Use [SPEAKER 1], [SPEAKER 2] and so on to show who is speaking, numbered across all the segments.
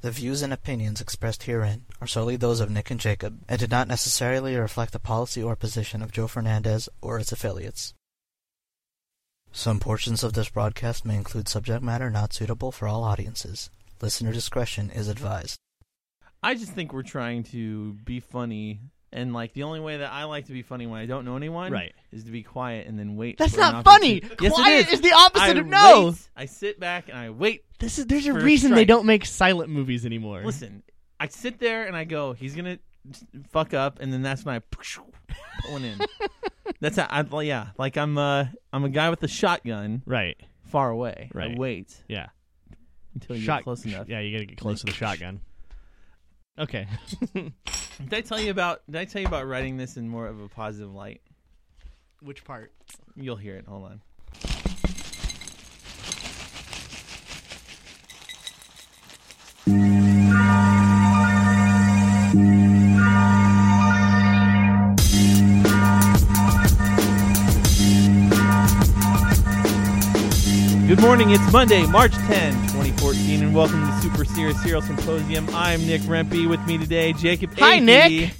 [SPEAKER 1] The views and opinions expressed herein are solely those of Nick and Jacob and do not necessarily reflect the policy or position of Joe Fernandez or its affiliates. Some portions of this broadcast may include subject matter not suitable for all audiences. Listener discretion is advised.
[SPEAKER 2] I just think we're trying to be funny, and like the only way that I like to be funny when I don't know anyone,
[SPEAKER 3] Right.
[SPEAKER 2] is to be quiet and then wait.
[SPEAKER 3] That's
[SPEAKER 2] for an
[SPEAKER 3] not funny.
[SPEAKER 2] opportu- Yes,
[SPEAKER 3] Quiet
[SPEAKER 2] it
[SPEAKER 3] is the opposite
[SPEAKER 2] I
[SPEAKER 3] of no.
[SPEAKER 2] wait. I sit back and I wait.
[SPEAKER 3] This is there's a
[SPEAKER 2] For
[SPEAKER 3] reason they
[SPEAKER 2] strike.
[SPEAKER 3] don't make silent movies anymore.
[SPEAKER 2] Listen, I sit there and I go, he's gonna fuck up, and then that's when I put one in. that's how I yeah, like I'm uh I'm a guy with a shotgun
[SPEAKER 3] Right.
[SPEAKER 2] far away.
[SPEAKER 3] Right.
[SPEAKER 2] I wait
[SPEAKER 3] Yeah.
[SPEAKER 2] until you
[SPEAKER 3] Shot-
[SPEAKER 2] get close enough.
[SPEAKER 3] Yeah, you gotta get close to the shotgun. Okay.
[SPEAKER 2] Did I tell you about? Did I tell you about writing this in more of a positive light?
[SPEAKER 3] Which part?
[SPEAKER 2] You'll hear it. Hold on. Good morning. It's Monday, March 10, 2014, and welcome to Super Serious Serial Symposium. I'm Nick Rempe. With me today, Jacob
[SPEAKER 3] Hi,
[SPEAKER 2] Akey,
[SPEAKER 3] Nick.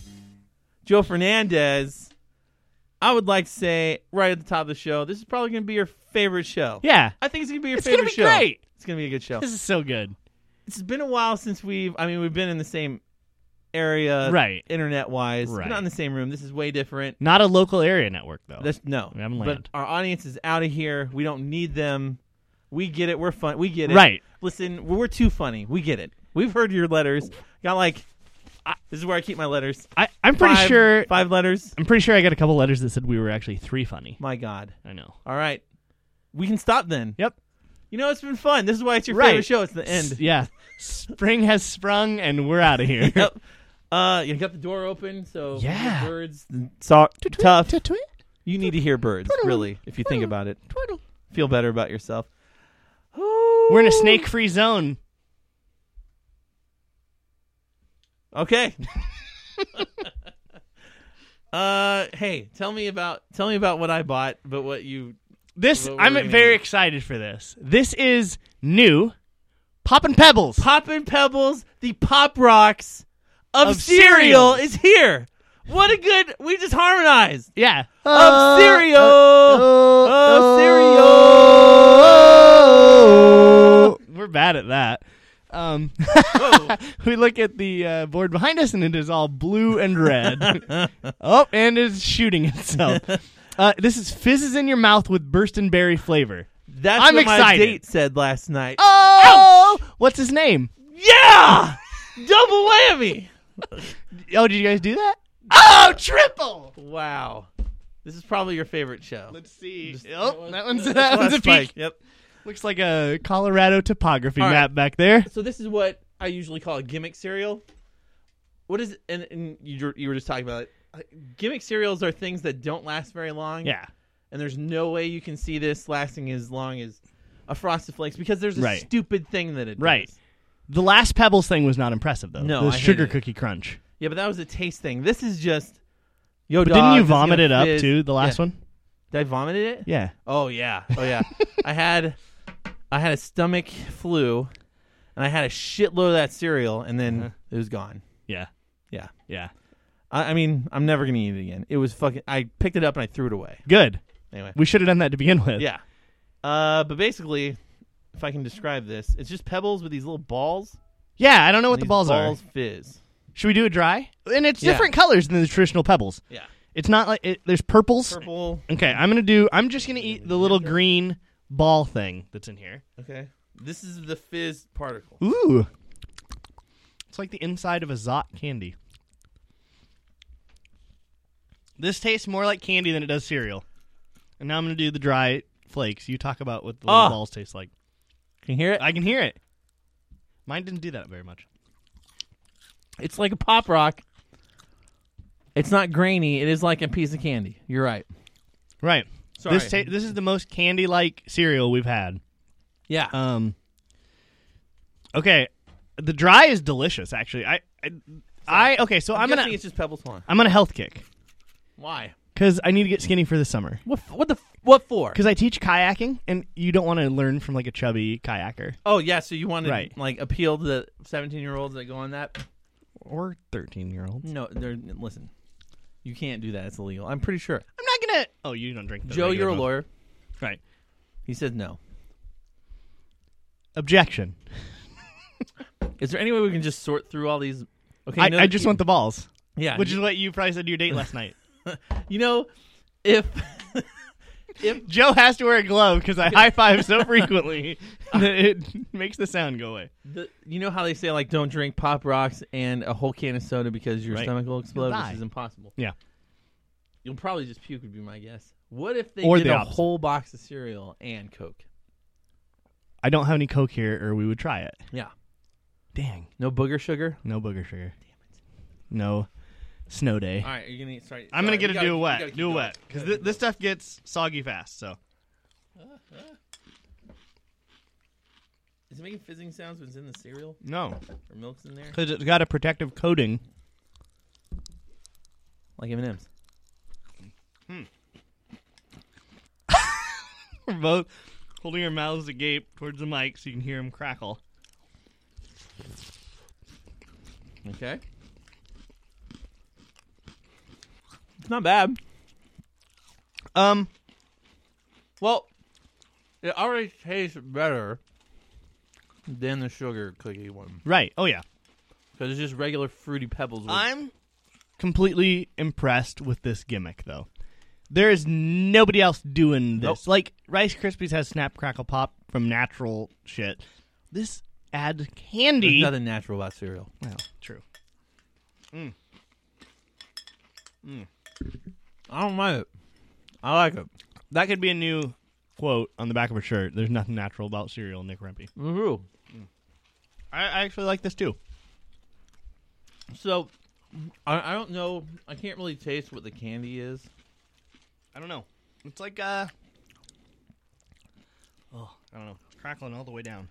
[SPEAKER 2] Joe Fernandez. I would like to say right at the top of the show, this is probably going to be your favorite show.
[SPEAKER 3] Yeah.
[SPEAKER 2] I think it's going to be your
[SPEAKER 3] It's gonna
[SPEAKER 2] favorite
[SPEAKER 3] be
[SPEAKER 2] show.
[SPEAKER 3] great.
[SPEAKER 2] It's going to be a good show.
[SPEAKER 3] This is so good.
[SPEAKER 2] It's been a while since we've, I mean, we've been in the same area,
[SPEAKER 3] Right.
[SPEAKER 2] internet wise.
[SPEAKER 3] Right.
[SPEAKER 2] Not in the same room. This is way different.
[SPEAKER 3] Not a local area network though.
[SPEAKER 2] That's, no.
[SPEAKER 3] We haven't
[SPEAKER 2] But
[SPEAKER 3] landed.
[SPEAKER 2] our audience is out of here. We don't need them. We get it. We're fun. We get it.
[SPEAKER 3] Right.
[SPEAKER 2] Listen, we're too funny. We get it. We've heard your letters. Got like, I, this is where I keep my letters.
[SPEAKER 3] I, I'm pretty
[SPEAKER 2] Five-
[SPEAKER 3] sure
[SPEAKER 2] Five letters.
[SPEAKER 3] I'm pretty sure I got a couple letters that said we were actually three funny.
[SPEAKER 2] My God.
[SPEAKER 3] I know.
[SPEAKER 2] All right. We can stop then.
[SPEAKER 3] Yep.
[SPEAKER 2] You know, it's been fun. This is why it's your
[SPEAKER 3] Right.
[SPEAKER 2] favorite show. It's the
[SPEAKER 3] S-
[SPEAKER 2] end.
[SPEAKER 3] yeah. Spring has sprung and we're out of here.
[SPEAKER 2] yep. Uh, you got the door open, so
[SPEAKER 3] Yeah. Mm,
[SPEAKER 2] the birds. So tough.
[SPEAKER 3] Tweet, tweet,
[SPEAKER 2] You need to hear birds, really, if you think about it.
[SPEAKER 3] tweet.
[SPEAKER 2] Feel better about yourself.
[SPEAKER 3] We're in a snake free zone.
[SPEAKER 2] Okay. uh, hey, tell me about tell me about what I bought, but what you
[SPEAKER 3] This
[SPEAKER 2] What we're
[SPEAKER 3] I'm
[SPEAKER 2] gonna
[SPEAKER 3] very
[SPEAKER 2] do.
[SPEAKER 3] excited for this. This is new Poppin' Pebbles.
[SPEAKER 2] Poppin' Pebbles, the pop rocks of,
[SPEAKER 3] Of
[SPEAKER 2] cereal
[SPEAKER 3] cereal.
[SPEAKER 2] is here. What a good we just harmonized.
[SPEAKER 3] yeah.
[SPEAKER 2] of cereal.
[SPEAKER 3] uh, Oh,
[SPEAKER 2] of cereal.
[SPEAKER 3] We're bad at that. Um, we look at the uh, board behind us, and it is all blue and red. oh, and it's shooting itself. Uh, this is fizzes in your mouth with burst and berry flavor.
[SPEAKER 2] That's
[SPEAKER 3] I'm
[SPEAKER 2] what my
[SPEAKER 3] excited.
[SPEAKER 2] date said last night.
[SPEAKER 3] Oh, what's his name?
[SPEAKER 2] Yeah! Double whammy!
[SPEAKER 3] Oh, did you guys do that? Oh, triple.
[SPEAKER 2] Wow. This is probably your favorite show.
[SPEAKER 3] Let's see.
[SPEAKER 2] Just-
[SPEAKER 3] oh, that one's that one's a
[SPEAKER 2] spike.
[SPEAKER 3] peak.
[SPEAKER 2] Yep.
[SPEAKER 3] Looks like a Colorado topography
[SPEAKER 2] All right.
[SPEAKER 3] map back there.
[SPEAKER 2] So this is what I usually call a gimmick cereal. What is and, and you you were just talking about it. Uh, Gimmick cereals are things that don't last very long.
[SPEAKER 3] Yeah.
[SPEAKER 2] And there's no way you can see this lasting as long as a Frosted Flakes because there's a
[SPEAKER 3] Right.
[SPEAKER 2] stupid thing that it does.
[SPEAKER 3] Right. The last Pebbles thing was not impressive though.
[SPEAKER 2] No,
[SPEAKER 3] the
[SPEAKER 2] I
[SPEAKER 3] sugar
[SPEAKER 2] hated it.
[SPEAKER 3] cookie crunch.
[SPEAKER 2] Yeah, but that was a taste thing. This is just. Yo,
[SPEAKER 3] But
[SPEAKER 2] dog,
[SPEAKER 3] didn't you
[SPEAKER 2] this is gonna
[SPEAKER 3] vomit it up
[SPEAKER 2] fizz.
[SPEAKER 3] too? The last
[SPEAKER 2] Yeah.
[SPEAKER 3] one.
[SPEAKER 2] Did I vomit it?
[SPEAKER 3] Yeah.
[SPEAKER 2] Oh yeah. Oh yeah. I had, I had a stomach flu, and I had a shitload of that cereal, and then it was gone.
[SPEAKER 3] Yeah.
[SPEAKER 2] Yeah.
[SPEAKER 3] Yeah.
[SPEAKER 2] I, I mean, I'm never gonna eat it again. It was fucking. I picked it up and I threw it away.
[SPEAKER 3] Good.
[SPEAKER 2] Anyway.
[SPEAKER 3] We should have done that to begin with.
[SPEAKER 2] Yeah. Uh, but basically, if I can describe this, it's just pebbles with these little balls.
[SPEAKER 3] Yeah. I don't know what the
[SPEAKER 2] These
[SPEAKER 3] balls,
[SPEAKER 2] balls
[SPEAKER 3] are.
[SPEAKER 2] fizz.
[SPEAKER 3] Should we do it dry? And it's
[SPEAKER 2] Yeah.
[SPEAKER 3] different colors than the traditional Pebbles.
[SPEAKER 2] Yeah.
[SPEAKER 3] It's not like it, there's purples.
[SPEAKER 2] Purple.
[SPEAKER 3] Okay. I'm gonna do. I'm just gonna eat the little green ball thing that's in here.
[SPEAKER 2] Okay. This is the fizz particle.
[SPEAKER 3] Ooh. It's like the inside of a Zot candy. This tastes more like candy than it does cereal. And now I'm going to do the dry flakes. You talk about what the little
[SPEAKER 2] Ah.
[SPEAKER 3] balls taste like.
[SPEAKER 2] Can you hear it?
[SPEAKER 3] I can hear it. Mine didn't do that very much.
[SPEAKER 2] It's like a pop rock. It's not grainy. It is like a piece of candy. You're right.
[SPEAKER 3] Right.
[SPEAKER 2] Sorry.
[SPEAKER 3] This ta- this is the most candy-like cereal we've had.
[SPEAKER 2] Yeah.
[SPEAKER 3] Um Okay, the dry is delicious actually. I I, I okay, so I'm
[SPEAKER 2] I'm
[SPEAKER 3] going
[SPEAKER 2] guessing
[SPEAKER 3] to
[SPEAKER 2] it's just Pebbles One.
[SPEAKER 3] I'm on a health kick.
[SPEAKER 2] Why?
[SPEAKER 3] because I need to get skinny for the summer.
[SPEAKER 2] What? f- What the? f- What for?
[SPEAKER 3] Because I teach kayaking, and you don't want to learn from like a chubby kayaker
[SPEAKER 2] Oh yeah, so you want to
[SPEAKER 3] Right.
[SPEAKER 2] like appeal to the seventeen-year-olds that go on that?
[SPEAKER 3] or thirteen year old.
[SPEAKER 2] No, they're listen. You can't do that. It's illegal. I'm pretty sure.
[SPEAKER 3] I'm not gonna. Oh, you don't drink. The
[SPEAKER 2] Joe,
[SPEAKER 3] regular
[SPEAKER 2] you're a
[SPEAKER 3] milk.
[SPEAKER 2] lawyer.
[SPEAKER 3] right?
[SPEAKER 2] He says no.
[SPEAKER 3] Objection.
[SPEAKER 2] Is there any way we can just sort through all these? Okay,
[SPEAKER 3] I,
[SPEAKER 2] you know
[SPEAKER 3] I
[SPEAKER 2] that
[SPEAKER 3] just
[SPEAKER 2] you-
[SPEAKER 3] want the balls,
[SPEAKER 2] yeah.
[SPEAKER 3] which
[SPEAKER 2] you-
[SPEAKER 3] is what you probably said to your date last night.
[SPEAKER 2] you know, if
[SPEAKER 3] Joe has to wear a glove because I high five so frequently that it makes the sound go away.
[SPEAKER 2] the, you know how they say like don't drink pop rocks and a whole can of soda because your
[SPEAKER 3] Right.
[SPEAKER 2] stomach will explode,
[SPEAKER 3] die.
[SPEAKER 2] which is impossible.
[SPEAKER 3] Yeah.
[SPEAKER 2] You'll probably just puke would be my guess. What if they
[SPEAKER 3] Or
[SPEAKER 2] did
[SPEAKER 3] the
[SPEAKER 2] a
[SPEAKER 3] opposite.
[SPEAKER 2] whole box of cereal and Coke?
[SPEAKER 3] I don't have any Coke here, or we would try it.
[SPEAKER 2] Yeah.
[SPEAKER 3] Dang.
[SPEAKER 2] No booger sugar.
[SPEAKER 3] No booger sugar. No snow day.
[SPEAKER 2] All right, you're gonna sorry.
[SPEAKER 3] I'm
[SPEAKER 2] sorry,
[SPEAKER 3] gonna get
[SPEAKER 2] we
[SPEAKER 3] to
[SPEAKER 2] gotta-
[SPEAKER 3] do a
[SPEAKER 2] we gotta
[SPEAKER 3] wet,
[SPEAKER 2] keep
[SPEAKER 3] do a
[SPEAKER 2] going.
[SPEAKER 3] wet, because th- this stuff gets soggy fast. So
[SPEAKER 2] Is it making fizzing sounds when it's in the cereal
[SPEAKER 3] no,
[SPEAKER 2] or milk's in there?
[SPEAKER 3] because it's got a protective coating.
[SPEAKER 2] Like M and M's.
[SPEAKER 3] We're both holding our mouths agape towards the mic, so you can hear them crackle.
[SPEAKER 2] Okay. It's not bad.
[SPEAKER 3] Um,
[SPEAKER 2] Well, it already tastes better than the sugar cookie one
[SPEAKER 3] right. Oh yeah,
[SPEAKER 2] because it's just regular fruity pebbles. With,
[SPEAKER 3] I'm completely impressed with this gimmick, though. There is nobody else doing
[SPEAKER 2] Nope.
[SPEAKER 3] this. Like Rice Krispies has Snap Crackle Pop from natural shit. This adds
[SPEAKER 2] there's
[SPEAKER 3] candy.
[SPEAKER 2] nothing natural about cereal.
[SPEAKER 3] Well, true.
[SPEAKER 2] I don't mind it. I like it.
[SPEAKER 3] That could be a new quote on the back of a shirt. There's nothing natural about cereal, Nick Rempe.
[SPEAKER 2] Woohoo.
[SPEAKER 3] I, I actually like this too.
[SPEAKER 2] So, I, I don't know. I can't really taste what the candy is.
[SPEAKER 3] I don't know. It's like uh, oh, I don't know, crackling all the way down.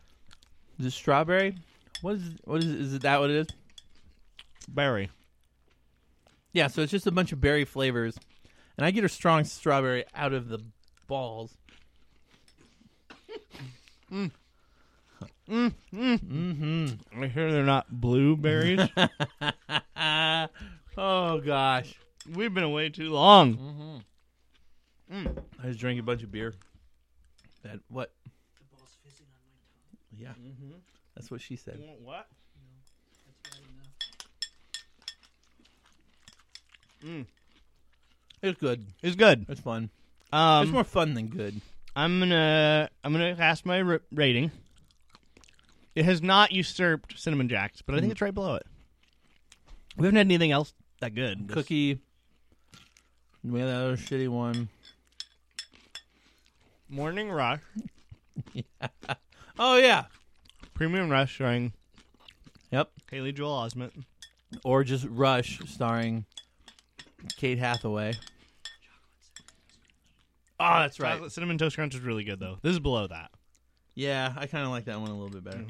[SPEAKER 2] Is it strawberry? What is? What is? Is it that what it is?
[SPEAKER 3] Berry.
[SPEAKER 2] Yeah, so it's just a bunch of berry flavors, and I get a strong strawberry out of the balls.
[SPEAKER 3] I hear they're not blueberries.
[SPEAKER 2] Ah, oh gosh,
[SPEAKER 3] We've been away too long.
[SPEAKER 2] I just drank a bunch of beer. That what? The balls fizzing on my tongue. Yeah,
[SPEAKER 3] Mm-hmm.
[SPEAKER 2] that's what she said.
[SPEAKER 3] What?
[SPEAKER 2] It's good.
[SPEAKER 3] It's good.
[SPEAKER 2] It's fun. it's
[SPEAKER 3] Um,
[SPEAKER 2] more fun than good.
[SPEAKER 3] I'm gonna I'm gonna ask my r- rating. It has not usurped cinnamon jacks, but I
[SPEAKER 2] Mm.
[SPEAKER 3] think it's right below it. We haven't had anything else that good. This-
[SPEAKER 2] Cookie. We had that other shitty one.
[SPEAKER 3] morning rush,
[SPEAKER 2] Oh yeah.
[SPEAKER 3] premium rush starring
[SPEAKER 2] Yep.
[SPEAKER 3] Haley Joel Osment.
[SPEAKER 2] Or just Rush, starring Kate Hathaway. Oh, that's right.
[SPEAKER 3] Chocolate cinnamon toast crunch is really good though. This is below that,
[SPEAKER 2] Yeah, I kind of like that one a little bit better.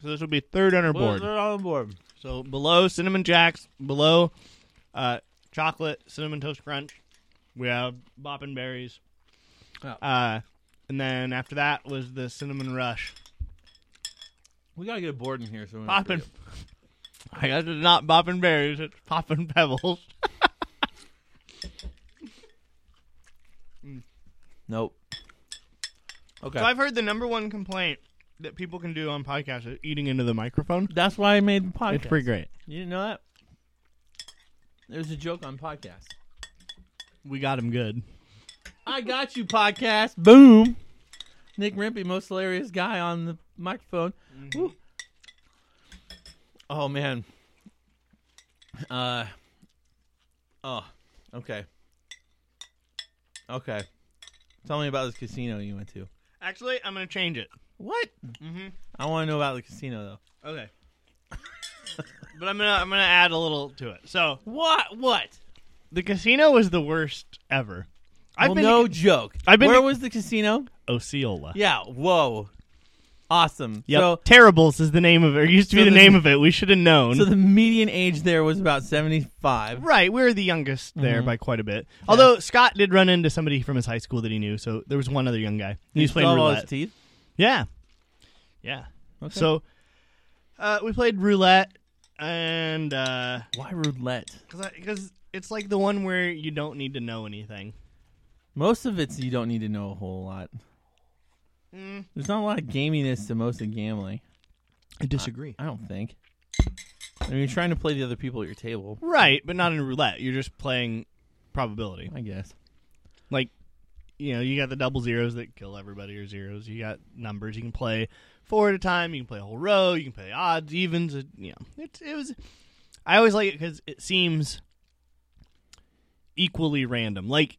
[SPEAKER 3] so this would be third on our
[SPEAKER 2] Well,
[SPEAKER 3] board.
[SPEAKER 2] they're on board.
[SPEAKER 3] So below cinnamon jacks, below uh, chocolate cinnamon toast crunch, we have boppin' berries.
[SPEAKER 2] Oh.
[SPEAKER 3] Uh, and then after that was the cinnamon rush.
[SPEAKER 2] We gotta get a board in here. So we don't
[SPEAKER 3] Poppin'.
[SPEAKER 2] forget.
[SPEAKER 3] I guess it's not boppin' berries, it's poppin' pebbles.
[SPEAKER 2] Nope. Okay.
[SPEAKER 3] So I've heard the number one complaint that people can do on podcasts is eating into the microphone.
[SPEAKER 2] That's why I made the podcast.
[SPEAKER 3] It's pretty great.
[SPEAKER 2] You didn't know that? There's a joke on podcast.
[SPEAKER 3] We got him good.
[SPEAKER 2] I got you, podcast. Boom. Nick Rimpey, most hilarious guy on the microphone. Woo. Oh man. Uh. Oh. Okay. Okay. Tell me about this casino you went to.
[SPEAKER 3] Actually, I'm going to change it.
[SPEAKER 2] What?
[SPEAKER 3] Mhm.
[SPEAKER 2] I want to know about the casino
[SPEAKER 3] Okay. but I'm going to I'm going to add a little to it. So,
[SPEAKER 2] though. What? What?
[SPEAKER 3] the casino was the worst ever. I've
[SPEAKER 2] well,
[SPEAKER 3] been
[SPEAKER 2] no
[SPEAKER 3] to
[SPEAKER 2] joke.
[SPEAKER 3] I've been
[SPEAKER 2] Where
[SPEAKER 3] to-
[SPEAKER 2] was the casino?
[SPEAKER 3] Osceola.
[SPEAKER 2] Yeah. Whoa. Awesome.
[SPEAKER 3] Yep.
[SPEAKER 2] So
[SPEAKER 3] Terribles is the name of it. It used to
[SPEAKER 2] So
[SPEAKER 3] be the,
[SPEAKER 2] the-
[SPEAKER 3] name of it. We should have known.
[SPEAKER 2] so the median age there was about 75.
[SPEAKER 3] right, we were the youngest there
[SPEAKER 2] Mm-hmm.
[SPEAKER 3] by quite a bit. Although Scott did run into somebody from his high school that he knew, so there was one other young guy. He, was
[SPEAKER 2] still
[SPEAKER 3] playing
[SPEAKER 2] have all
[SPEAKER 3] roulette.
[SPEAKER 2] his teeth.
[SPEAKER 3] yeah, yeah.
[SPEAKER 2] Okay.
[SPEAKER 3] So uh, we played roulette, and uh, because
[SPEAKER 2] why roulette?
[SPEAKER 3] because it's like the one where you don't need to know anything.
[SPEAKER 2] Most of it's you don't need to know a whole lot.
[SPEAKER 3] Mm.
[SPEAKER 2] There's not a lot of gaminess to most of gambling.
[SPEAKER 3] I disagree.
[SPEAKER 2] I don't think. I mean, you're trying to play the other people at your table.
[SPEAKER 3] right, but not in roulette. You're just playing probability.
[SPEAKER 2] I guess.
[SPEAKER 3] like you know you got the double zeros that kill everybody or zeros you got numbers you can play four at a time you can play a whole row you can play odds evens it- you know it, it was i always like it because it seems equally random like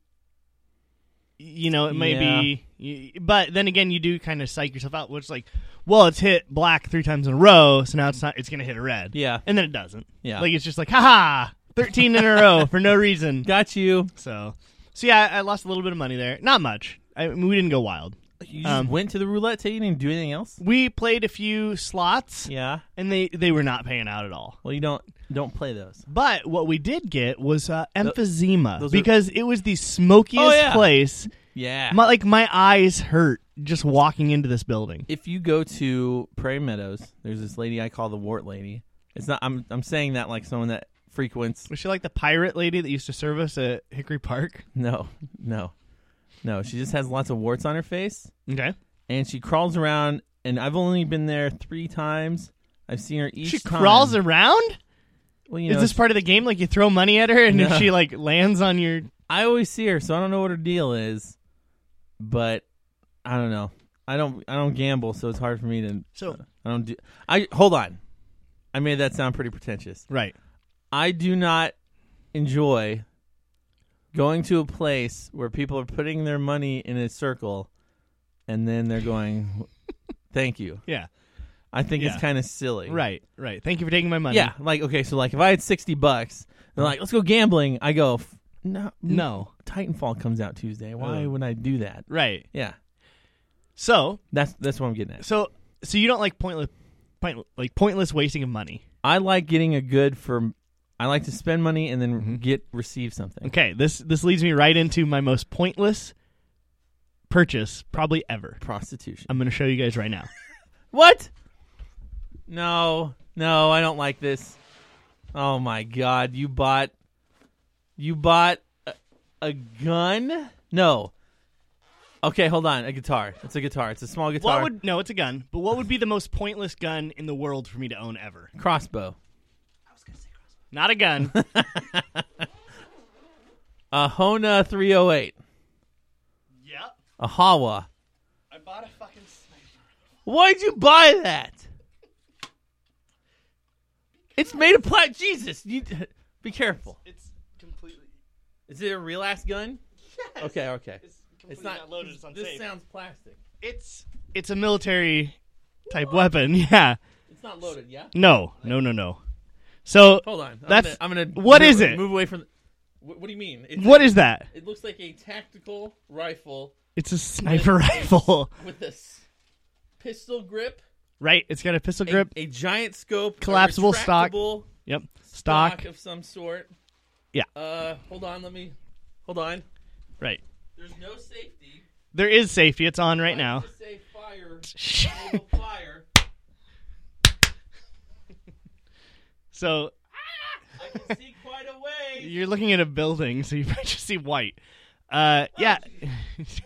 [SPEAKER 3] you know it may be y- but then again you do kind of psych yourself out which is like well it's hit black three times in a row so now it's not it's gonna hit a red
[SPEAKER 2] Yeah.
[SPEAKER 3] and then it doesn't
[SPEAKER 2] Yeah.
[SPEAKER 3] like it's just like haha 13 in a row for no reason
[SPEAKER 2] Got you.
[SPEAKER 3] so, so yeah, I, I lost a little bit of money there. Not much. I mean, we didn't go wild.
[SPEAKER 2] You
[SPEAKER 3] Um,
[SPEAKER 2] just went to the roulette table. You didn't do anything else.
[SPEAKER 3] We played a few slots,
[SPEAKER 2] Yeah.
[SPEAKER 3] and they they were not paying out at all.
[SPEAKER 2] Well, you don't don't play those.
[SPEAKER 3] But what we did get was uh, emphysema
[SPEAKER 2] those are-
[SPEAKER 3] because it was the smokiest
[SPEAKER 2] Oh, yeah.
[SPEAKER 3] place.
[SPEAKER 2] Yeah.
[SPEAKER 3] My, like my eyes hurt just walking into this building.
[SPEAKER 2] if you go to Prairie Meadows, there's this lady I call the Wart Lady. It's not. I'm I'm saying that like someone that frequents.
[SPEAKER 3] Was she like the pirate lady that used to serve us at Hickory Park?
[SPEAKER 2] No, no, no. She just has lots of warts on her face,
[SPEAKER 3] Okay,
[SPEAKER 2] and she crawls around. And I've only been there three times. I've seen her each
[SPEAKER 3] she
[SPEAKER 2] time.
[SPEAKER 3] crawls around.
[SPEAKER 2] Well, you know,
[SPEAKER 3] Is this part of the game? Like you throw money at her, and
[SPEAKER 2] No.
[SPEAKER 3] if she like lands on your
[SPEAKER 2] I always see her, so I don't know what her deal is. But I don't know. I don't. I don't gamble, so it's hard for me to.
[SPEAKER 3] so
[SPEAKER 2] I don't do. I hold on. I made that sound pretty pretentious.
[SPEAKER 3] right,
[SPEAKER 2] I do not enjoy going to a place where people are putting their money in a circle and then they're going, thank you.
[SPEAKER 3] yeah,
[SPEAKER 2] I think
[SPEAKER 3] Yeah.
[SPEAKER 2] it's kind of silly.
[SPEAKER 3] right, right. Thank you for taking my money.
[SPEAKER 2] Yeah. Like, okay, so like if I had 60 bucks, they're like, let's go gambling. I go, "F- no,
[SPEAKER 3] No.
[SPEAKER 2] Titanfall comes out Tuesday. Why
[SPEAKER 3] Ugh.
[SPEAKER 2] would I do that?
[SPEAKER 3] Right.
[SPEAKER 2] Yeah.
[SPEAKER 3] So,
[SPEAKER 2] That's that's what I'm getting at.
[SPEAKER 3] so, so you don't like pointless, point, like pointless wasting of money.
[SPEAKER 2] I like getting a good for. I like to spend money and then get receive something.
[SPEAKER 3] Mm-hmm. Okay. This this leads me right into my most pointless purchase probably ever.
[SPEAKER 2] Prostitution.
[SPEAKER 3] I'm going to show you guys right now.
[SPEAKER 2] What? No, no, I don't like this. Oh my god, you bought you bought a, a gun? No. Okay, hold on. A guitar. It's a guitar. It's a small guitar.
[SPEAKER 3] What would no? It's a gun. But what would be the most pointless gun in the world for me to own ever?
[SPEAKER 2] crossbow.
[SPEAKER 3] Not a gun.
[SPEAKER 2] A Hona 308.
[SPEAKER 3] yep.
[SPEAKER 2] A Hawa.
[SPEAKER 3] I bought a fucking sniper.
[SPEAKER 2] Why'd you buy that? It's made of plat. Jesus, you be careful.
[SPEAKER 3] It's completely.
[SPEAKER 2] Is it a real ass gun? Okay, okay.
[SPEAKER 3] It's not, loaded. It's
[SPEAKER 2] This
[SPEAKER 3] unsafe.
[SPEAKER 2] sounds plastic.
[SPEAKER 3] it's it's a military type weapon. Yeah.
[SPEAKER 2] It's not loaded, yeah?
[SPEAKER 3] No. No. No. No. So
[SPEAKER 2] Hold on. I'm
[SPEAKER 3] That's-
[SPEAKER 2] gonna- I'm gonna.
[SPEAKER 3] what
[SPEAKER 2] move,
[SPEAKER 3] is it?
[SPEAKER 2] Move away from. The, what, what do you mean? It's,
[SPEAKER 3] what is that?
[SPEAKER 2] It looks like a tactical rifle
[SPEAKER 3] It's a sniper rifle.
[SPEAKER 2] with this pistol grip,
[SPEAKER 3] Right? It's got a pistol
[SPEAKER 2] a-
[SPEAKER 3] grip.
[SPEAKER 2] a, giant scope, a
[SPEAKER 3] Collapsible stock.
[SPEAKER 2] retractable
[SPEAKER 3] Yep. Stock.
[SPEAKER 2] stock. of some sort.
[SPEAKER 3] Yeah.
[SPEAKER 2] Uh, hold on. Let me. Hold on.
[SPEAKER 3] Right.
[SPEAKER 2] There's no safety.
[SPEAKER 3] There is safety. It's on right now.
[SPEAKER 2] Just say fire.
[SPEAKER 3] Shit.
[SPEAKER 2] Global fire.
[SPEAKER 3] so
[SPEAKER 2] I can see quite a way.
[SPEAKER 3] you're looking at a building, so you might just see white. Uh, yeah.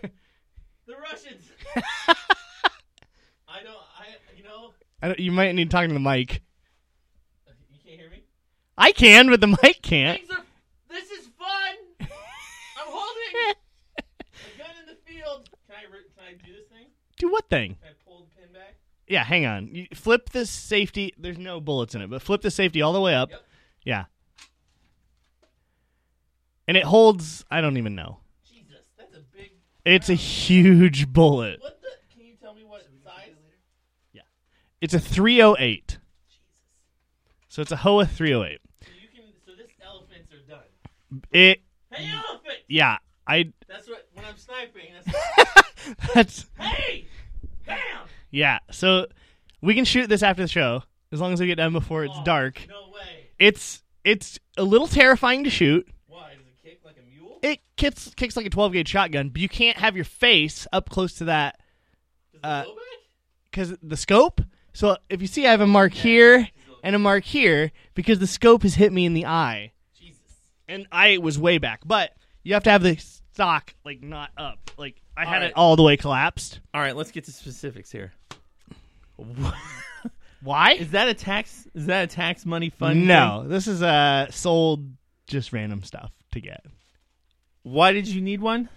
[SPEAKER 2] The Russians. I don't. I. You know.
[SPEAKER 3] I don't, you might need talking to the mic.
[SPEAKER 2] You can't hear me.
[SPEAKER 3] I can, but the mic can't.
[SPEAKER 2] Things are. This is fun. I'm holding a gun in the field. Can I? re- Can I do this thing?
[SPEAKER 3] Do what thing?
[SPEAKER 2] Can I pull the pin back?
[SPEAKER 3] Yeah, hang on. You flip the safety. There's no bullets in it, but flip the safety all the way up.
[SPEAKER 2] Yep.
[SPEAKER 3] Yeah. And it holds, I don't even know.
[SPEAKER 2] Jesus, that's a big.
[SPEAKER 3] It's a huge bullet.
[SPEAKER 2] What the? Can you tell me what size?
[SPEAKER 3] It's a 308. So it's a oh Hoa 308.
[SPEAKER 2] So you can. So this elephants are done.
[SPEAKER 3] It
[SPEAKER 2] Hey elephant!
[SPEAKER 3] yeah, I
[SPEAKER 2] That's what. When I'm sniping, that's.
[SPEAKER 3] that's
[SPEAKER 2] hey! Bam!
[SPEAKER 3] Yeah. So we can shoot this after the show as long as we get done before it's dark.
[SPEAKER 2] No way.
[SPEAKER 3] It's it's a little terrifying to shoot.
[SPEAKER 2] Why does it kick like a mule?
[SPEAKER 3] It kicks kicks like a 12 gauge shotgun, but you can't have your face up close to that
[SPEAKER 2] Does
[SPEAKER 3] Uh,
[SPEAKER 2] it go back?
[SPEAKER 3] because the scope. So if you see, I have a mark here and a mark here because the scope has hit me in the eye,
[SPEAKER 2] Jesus.
[SPEAKER 3] and I was way back. But you have to have the stock like not up. Like I had
[SPEAKER 2] Alright.
[SPEAKER 3] it all the way collapsed.
[SPEAKER 2] All right, let's get to specifics here.
[SPEAKER 3] Why?
[SPEAKER 2] Is that a tax? Is that a tax money fund?
[SPEAKER 3] no,
[SPEAKER 2] thing?
[SPEAKER 3] this is uh sold just random stuff to get.
[SPEAKER 2] Why did you need one?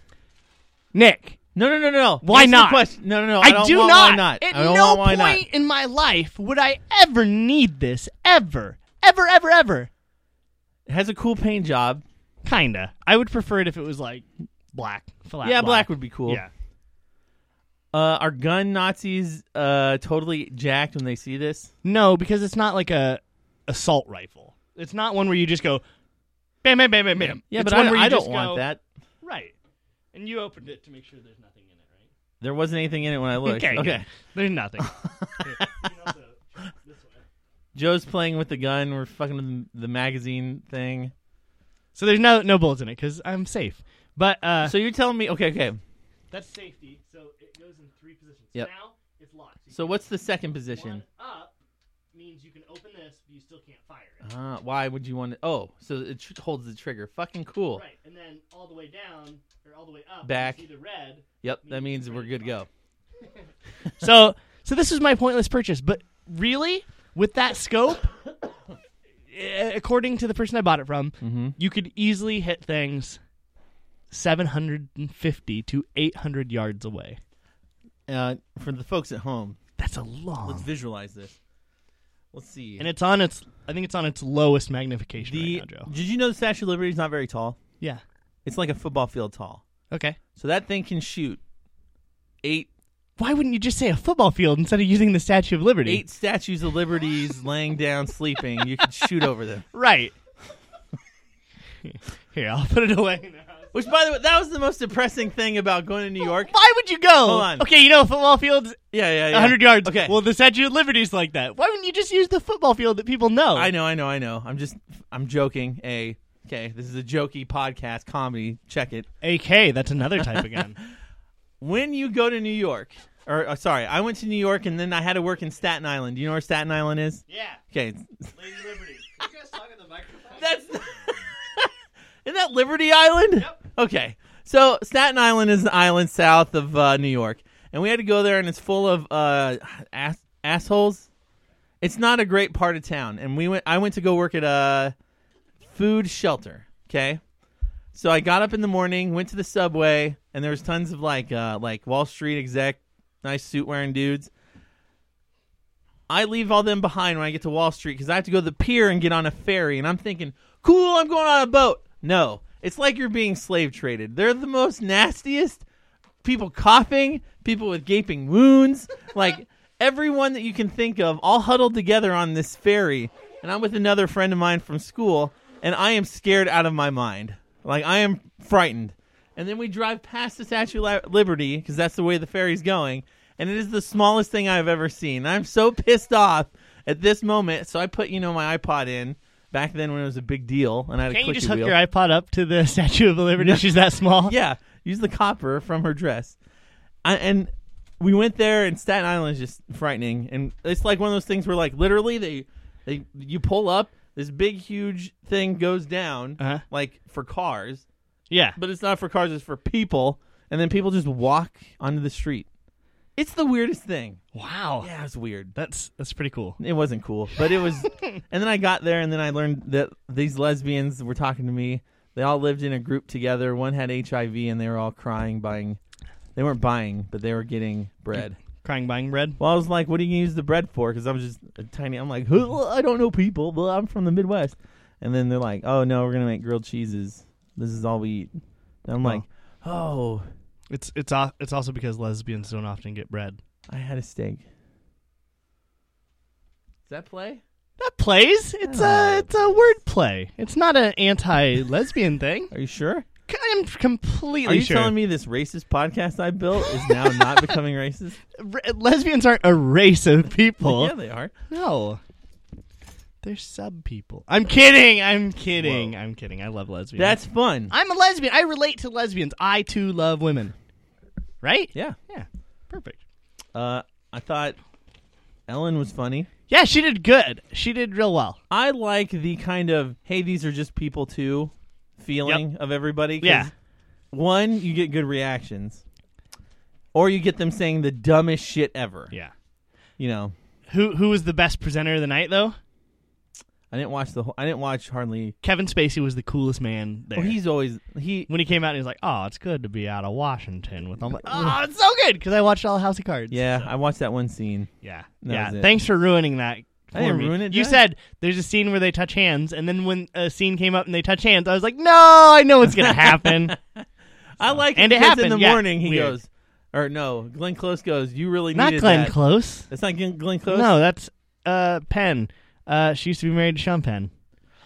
[SPEAKER 3] Nick,
[SPEAKER 2] No, no, no, no. no.
[SPEAKER 3] Why
[SPEAKER 2] Answer the
[SPEAKER 3] not?
[SPEAKER 2] question. No, no, no.
[SPEAKER 3] I,
[SPEAKER 2] don't
[SPEAKER 3] do
[SPEAKER 2] want
[SPEAKER 3] not.
[SPEAKER 2] Why not?
[SPEAKER 3] At
[SPEAKER 2] I don't
[SPEAKER 3] no
[SPEAKER 2] want why not.
[SPEAKER 3] point in my life would I ever need this. Ever, ever, ever, ever.
[SPEAKER 2] It has a cool paint job.
[SPEAKER 3] Kinda. I would prefer it if it was like black. Flat
[SPEAKER 2] yeah, black. would be cool.
[SPEAKER 3] Yeah.
[SPEAKER 2] Uh, are gun Nazis uh, totally jacked when they see this?
[SPEAKER 3] No, because it's not like a assault rifle. It's not one where you just go, bam, bam, bam, bam, bam.
[SPEAKER 2] Yeah,
[SPEAKER 3] It's
[SPEAKER 2] but
[SPEAKER 3] one
[SPEAKER 2] I,
[SPEAKER 3] where you
[SPEAKER 2] I don't
[SPEAKER 3] just
[SPEAKER 2] want
[SPEAKER 3] go-
[SPEAKER 2] that.
[SPEAKER 3] Right. And you opened it to make sure there's nothing in it, right?
[SPEAKER 2] There wasn't anything in it when I looked.
[SPEAKER 3] Okay, good. There's nothing. Here, you can also check this way.
[SPEAKER 2] Joe's playing with the gun. We're fucking with the the magazine thing.
[SPEAKER 3] so there's no no bullets in it because I'm safe. But uh,
[SPEAKER 2] So you're telling me, okay, okay.
[SPEAKER 3] that's safety. So it goes in three positions.
[SPEAKER 2] Yep.
[SPEAKER 3] Now it's locked.
[SPEAKER 2] So what's the second position?
[SPEAKER 3] up means you can open this, but you still can't fire it.
[SPEAKER 2] Uh, why would you want to? Oh, so it tr- holds the trigger. Fucking cool.
[SPEAKER 3] Right, and then all the way down or all the way up.
[SPEAKER 2] you Back. see
[SPEAKER 3] the red.
[SPEAKER 2] Yep, that means we're good to go.
[SPEAKER 3] So, so this is my pointless purchase. But really, with that scope, eh, according to the person I bought it from,
[SPEAKER 2] Mm-hmm.
[SPEAKER 3] you could easily hit things 750 to 800 yards away.
[SPEAKER 2] Uh, for the folks at home,
[SPEAKER 3] That's a
[SPEAKER 2] let's
[SPEAKER 3] long.
[SPEAKER 2] visualize this. Let's see.
[SPEAKER 3] And it's on its. I think it's on its lowest magnification
[SPEAKER 2] the
[SPEAKER 3] right now, Joe.
[SPEAKER 2] did you know the Statue of Liberty is not very tall?
[SPEAKER 3] Yeah.
[SPEAKER 2] It's like a football field tall.
[SPEAKER 3] Okay.
[SPEAKER 2] So that thing can shoot eight
[SPEAKER 3] Why wouldn't you just say a football field instead of using the Statue of Liberty?
[SPEAKER 2] eight statues of liberties laying down sleeping. You can shoot over them.
[SPEAKER 3] Right. Here, I'll put it away.
[SPEAKER 2] Which, by the way, that was the most depressing thing about going to New York.
[SPEAKER 3] Why would you go?
[SPEAKER 2] Hold on.
[SPEAKER 3] Okay, you know, football field's
[SPEAKER 2] Yeah, yeah, yeah.
[SPEAKER 3] 100 yards.
[SPEAKER 2] Okay.
[SPEAKER 3] Well, the Statue of Liberty's like that. Why wouldn't you just use the football field that people know?
[SPEAKER 2] I know, I know, I know. I'm just, I'm joking. A, okay, this is a jokey podcast comedy. Check it.
[SPEAKER 3] AK, that's another type of gun.
[SPEAKER 2] When you go to New York, or uh, sorry, I went to New York and then I had to work in Staten Island. Do you know where Staten Island is?
[SPEAKER 3] yeah.
[SPEAKER 2] Okay,
[SPEAKER 3] Lady Liberty. you guys talking the microphone?
[SPEAKER 2] that's isn't that Liberty Island?
[SPEAKER 3] Yep.
[SPEAKER 2] Okay, so Staten Island is an island south of uh, New York, and we had to go there, and it's full of uh, ass- assholes. It's not a great part of town, and we went. I went to go work at a food shelter. Okay, so I got up in the morning, went to the subway, and there was tons of like uh, like Wall Street exec, nice suit wearing dudes. I leave all them behind when I get to Wall Street because I have to go to the pier and get on a ferry. And I'm thinking, cool, I'm going on a boat. No, it's like you're being slave traded. They're the most nastiest people coughing, people with gaping wounds, like everyone that you can think of, all huddled together on this ferry. And I'm with another friend of mine from school, and I am scared out of my mind. Like, I am frightened. And then we drive past the Statue of Li- Liberty because that's the way the ferry's going. And it is the smallest thing I've ever seen. I'm so pissed off at this moment. So I put, you know, my iPod in back then when it was a big deal, and I had a
[SPEAKER 3] Can't you
[SPEAKER 2] clicky
[SPEAKER 3] just hook
[SPEAKER 2] wheel.
[SPEAKER 3] your iPod up to the Statue of Liberty? She's that small.
[SPEAKER 2] Yeah, use the copper from her dress. I, and we went there, and Staten Island is just frightening. And it's like one of those things where, like, literally, they, they, you pull up, this big, huge thing goes down,
[SPEAKER 3] Uh-huh.
[SPEAKER 2] like for cars,
[SPEAKER 3] Yeah.
[SPEAKER 2] but it's not for cars; it's for people. And then people just walk onto the street. It's the weirdest thing.
[SPEAKER 3] Wow.
[SPEAKER 2] Yeah, it's weird.
[SPEAKER 3] That's that's pretty cool.
[SPEAKER 2] It wasn't cool, but it was. and then I got there, and then I learned that these lesbians were talking to me. They all lived in a group together. One had HIV, and they were all crying, buying. They weren't buying, but they were getting bread.
[SPEAKER 3] Crying buying bread.
[SPEAKER 2] Well, I was like, "What are you gonna use the bread for?" Because I was just a tiny. I'm like, "Huh, I don't know people, but I'm from the Midwest. And then they're like, "Oh no, we're gonna make grilled cheeses. This is all we eat." And I'm like, "Oh,
[SPEAKER 3] It's it's al- it's also because lesbians don't often get bread.
[SPEAKER 2] I had a steak." Does that play?
[SPEAKER 3] That plays. It's a it's a word play. It's not an anti-lesbian thing.
[SPEAKER 2] Are you sure?
[SPEAKER 3] I'm completely
[SPEAKER 2] Are you
[SPEAKER 3] sure.
[SPEAKER 2] telling me this racist podcast I built is now not becoming racist?
[SPEAKER 3] R- lesbians aren't a race of people.
[SPEAKER 2] Yeah, they are.
[SPEAKER 3] No. They're sub people. I'm kidding. I'm kidding. I'm kidding. I love lesbians.
[SPEAKER 2] That's fun.
[SPEAKER 3] I'm a lesbian. I relate to lesbians. I too love women. Right?
[SPEAKER 2] Yeah.
[SPEAKER 3] Yeah. Perfect.
[SPEAKER 2] Uh, I thought Ellen was funny.
[SPEAKER 3] Yeah, she did good. She did real well.
[SPEAKER 2] I like the kind of hey, these are just people too feeling of everybody. 'cause
[SPEAKER 3] Yeah.
[SPEAKER 2] One, you get good reactions, or you get them saying the dumbest shit ever.
[SPEAKER 3] Yeah.
[SPEAKER 2] You know,
[SPEAKER 3] Who who was the best presenter of the night though?
[SPEAKER 2] I didn't watch the whole. I didn't watch hardly.
[SPEAKER 3] Kevin Spacey was the coolest man there.
[SPEAKER 2] Oh, he's always he.
[SPEAKER 3] when he came out, he was like, "Oh, it's good to be out of Washington with all my oh, it's so good because I watched all House of Cards."
[SPEAKER 2] Yeah,
[SPEAKER 3] So-
[SPEAKER 2] I watched that one scene.
[SPEAKER 3] yeah,
[SPEAKER 2] that
[SPEAKER 3] yeah.
[SPEAKER 2] was it.
[SPEAKER 3] Thanks for ruining that.
[SPEAKER 2] I
[SPEAKER 3] for
[SPEAKER 2] didn't
[SPEAKER 3] me.
[SPEAKER 2] ruin it,
[SPEAKER 3] You
[SPEAKER 2] did I?
[SPEAKER 3] said there's a scene where they touch hands, and then when a scene came up and they touch hands, I was like, "No, I know what's gonna happen."
[SPEAKER 2] I like
[SPEAKER 3] And it
[SPEAKER 2] because in
[SPEAKER 3] happened,
[SPEAKER 2] the
[SPEAKER 3] yeah,
[SPEAKER 2] morning. He
[SPEAKER 3] weird.
[SPEAKER 2] goes, or no, Glenn Close goes. You really
[SPEAKER 3] Not
[SPEAKER 2] needed
[SPEAKER 3] Glenn
[SPEAKER 2] that."
[SPEAKER 3] Close.
[SPEAKER 2] That's not Glenn Glenn Close.
[SPEAKER 3] No, that's uh Penn. Uh, she used to be married to Sean Penn.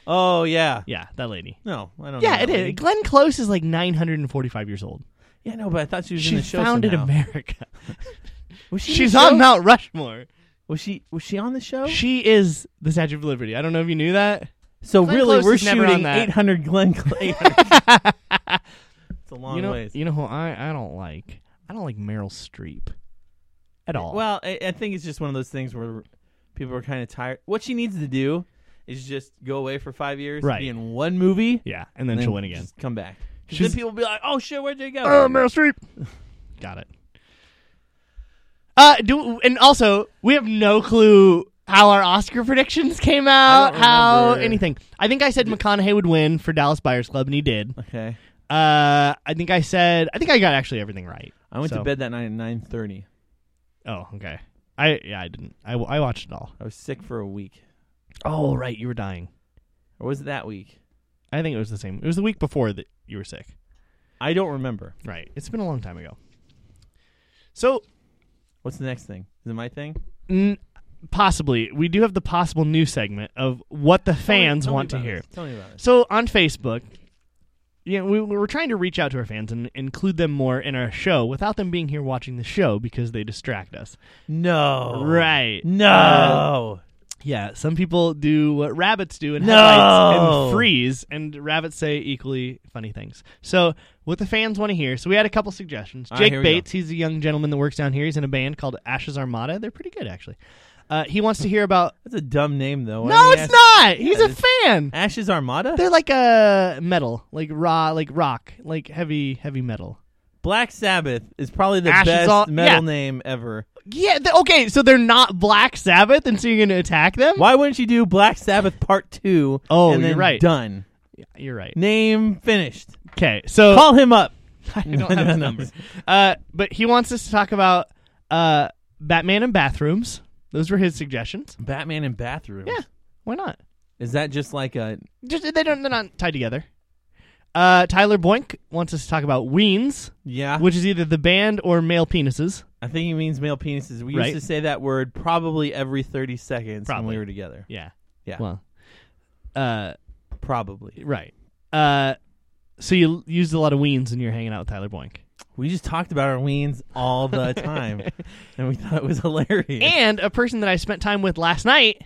[SPEAKER 2] Oh yeah.
[SPEAKER 3] Yeah, that lady.
[SPEAKER 2] No, I don't.
[SPEAKER 3] Yeah,
[SPEAKER 2] know
[SPEAKER 3] it
[SPEAKER 2] that
[SPEAKER 3] is.
[SPEAKER 2] lady.
[SPEAKER 3] Glenn Close is like 945 years old.
[SPEAKER 2] Yeah, no, but I thought she was
[SPEAKER 3] She
[SPEAKER 2] in the show.
[SPEAKER 3] founded
[SPEAKER 2] somehow.
[SPEAKER 3] America.
[SPEAKER 2] Was she in the
[SPEAKER 3] She's
[SPEAKER 2] show?
[SPEAKER 3] on Mount Rushmore.
[SPEAKER 2] Was she was she on the show?
[SPEAKER 3] She is the Statue of Liberty. I don't know if you knew that.
[SPEAKER 2] so
[SPEAKER 3] Glenn
[SPEAKER 2] really,
[SPEAKER 3] Close
[SPEAKER 2] we're
[SPEAKER 3] is never on
[SPEAKER 2] shooting
[SPEAKER 3] that.
[SPEAKER 2] 800 Glenn. Cl- 800. it's a long
[SPEAKER 3] you know,
[SPEAKER 2] ways.
[SPEAKER 3] you know who I, I don't like. I don't like Meryl Streep at all.
[SPEAKER 2] Well, I, I think it's just one of those things where people are kind of tired. What she needs to do is just go away for five years,
[SPEAKER 3] Right.
[SPEAKER 2] be in one movie,
[SPEAKER 3] yeah, and then
[SPEAKER 2] and
[SPEAKER 3] she'll win again.
[SPEAKER 2] just come back. 'Cause
[SPEAKER 3] She's-
[SPEAKER 2] then people will be like, "Oh shit, where'd they go?"
[SPEAKER 3] Oh, Meryl Streep. Got it. Uh, do and also we have no clue how our Oscar predictions came out.
[SPEAKER 2] don't
[SPEAKER 3] How
[SPEAKER 2] remember.
[SPEAKER 3] anything? I think I said McConaughey would win for Dallas Buyers Club, and he did.
[SPEAKER 2] okay,
[SPEAKER 3] Uh, I think I said I think I got actually everything right.
[SPEAKER 2] I went
[SPEAKER 3] So-
[SPEAKER 2] to bed that night at 9:30.
[SPEAKER 3] Oh, okay. I yeah, I didn't. I, I watched it all.
[SPEAKER 2] I was sick for a week,
[SPEAKER 3] Oh, right, you were dying.
[SPEAKER 2] or was it that week?
[SPEAKER 3] I think it was the same. It was the week before that you were sick.
[SPEAKER 2] I don't remember.
[SPEAKER 3] Right. It's been a long time ago. So,
[SPEAKER 2] What's the next thing? Is it my thing?
[SPEAKER 3] n- possibly, we do have the possible new segment of what the
[SPEAKER 2] Tell me-
[SPEAKER 3] fans
[SPEAKER 2] tell me
[SPEAKER 3] want to
[SPEAKER 2] about
[SPEAKER 3] hear.
[SPEAKER 2] this. Tell me about this.
[SPEAKER 3] So, on Facebook, you know, we, we were trying to reach out to our fans and include them more in our show without them being here watching the show because they distract us.
[SPEAKER 2] Oh. No.
[SPEAKER 3] Right. Uh,
[SPEAKER 2] No.
[SPEAKER 3] Yeah, some people do what rabbits do and
[SPEAKER 2] No.
[SPEAKER 3] headlights and freeze, and rabbits say equally funny things. So, what the fans want to hear. So, we had a couple suggestions.
[SPEAKER 2] All right,
[SPEAKER 3] Jake
[SPEAKER 2] here we go.
[SPEAKER 3] Bates, he's a young gentleman that works down here. He's in a band called Ashes Armada. They're pretty good, actually. Uh, he wants to hear about.
[SPEAKER 2] That's a dumb name, though. Why
[SPEAKER 3] no,
[SPEAKER 2] don't we
[SPEAKER 3] it's
[SPEAKER 2] ask-
[SPEAKER 3] not. He's
[SPEAKER 2] Yeah,
[SPEAKER 3] a fan.
[SPEAKER 2] Ashes Armada?
[SPEAKER 3] They're like a metal, like raw, like rock, like heavy, heavy metal.
[SPEAKER 2] Black Sabbath is probably the
[SPEAKER 3] Ashes
[SPEAKER 2] best
[SPEAKER 3] all-
[SPEAKER 2] metal
[SPEAKER 3] yeah.
[SPEAKER 2] name ever.
[SPEAKER 3] Yeah. th- okay. So they're not Black Sabbath, and so you're going to attack them?
[SPEAKER 2] Why wouldn't you do Black Sabbath Part 2
[SPEAKER 3] Oh,
[SPEAKER 2] and
[SPEAKER 3] you're
[SPEAKER 2] then
[SPEAKER 3] right.
[SPEAKER 2] done?
[SPEAKER 3] You're right.
[SPEAKER 2] Name finished.
[SPEAKER 3] Okay. So
[SPEAKER 2] Call him up.
[SPEAKER 3] Uh, I don't have his number. Uh, but he wants us to talk about uh, Batman and bathrooms. Those were his suggestions.
[SPEAKER 2] Batman in bathrooms.
[SPEAKER 3] Yeah. Why not?
[SPEAKER 2] Is that just like a.
[SPEAKER 3] Just they don't. They're not tied together. Uh, Tyler Boink wants us to talk about weens,
[SPEAKER 2] Yeah.
[SPEAKER 3] which is either the band or male penises.
[SPEAKER 2] I think he means male penises. We
[SPEAKER 3] Right.
[SPEAKER 2] used to say that word probably every 30 seconds when
[SPEAKER 3] Probably.
[SPEAKER 2] we were together.
[SPEAKER 3] Yeah.
[SPEAKER 2] Yeah.
[SPEAKER 3] Well. Uh,
[SPEAKER 2] Probably.
[SPEAKER 3] right. Uh, so you l- used a lot of weens when you were hanging out with Tyler Boink.
[SPEAKER 2] We just talked about our weens all the time, and we thought it was hilarious.
[SPEAKER 3] And a person that I spent time with last night,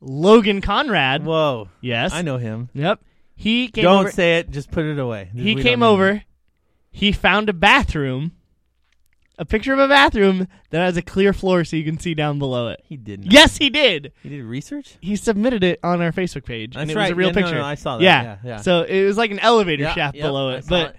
[SPEAKER 3] Logan Conrad.
[SPEAKER 2] Whoa.
[SPEAKER 3] yes.
[SPEAKER 2] I know him.
[SPEAKER 3] Yep. He came
[SPEAKER 2] don't
[SPEAKER 3] over.
[SPEAKER 2] say it. Just put it away.
[SPEAKER 3] he
[SPEAKER 2] We
[SPEAKER 3] came
[SPEAKER 2] don't need
[SPEAKER 3] over.
[SPEAKER 2] it.
[SPEAKER 3] He found a bathroom, a picture of a bathroom that has a clear floor so you can see down below it.
[SPEAKER 2] He didn't.
[SPEAKER 3] Yes, he did.
[SPEAKER 2] He did research.
[SPEAKER 3] He submitted it on our Facebook page, and
[SPEAKER 2] That's
[SPEAKER 3] it was
[SPEAKER 2] right.
[SPEAKER 3] a real
[SPEAKER 2] Yeah, no, no,
[SPEAKER 3] picture.
[SPEAKER 2] no, I saw that.
[SPEAKER 3] Yeah.
[SPEAKER 2] Yeah, yeah.
[SPEAKER 3] So it was like an elevator
[SPEAKER 2] Yeah,
[SPEAKER 3] shaft
[SPEAKER 2] yep,
[SPEAKER 3] below
[SPEAKER 2] I
[SPEAKER 3] it,
[SPEAKER 2] saw
[SPEAKER 3] but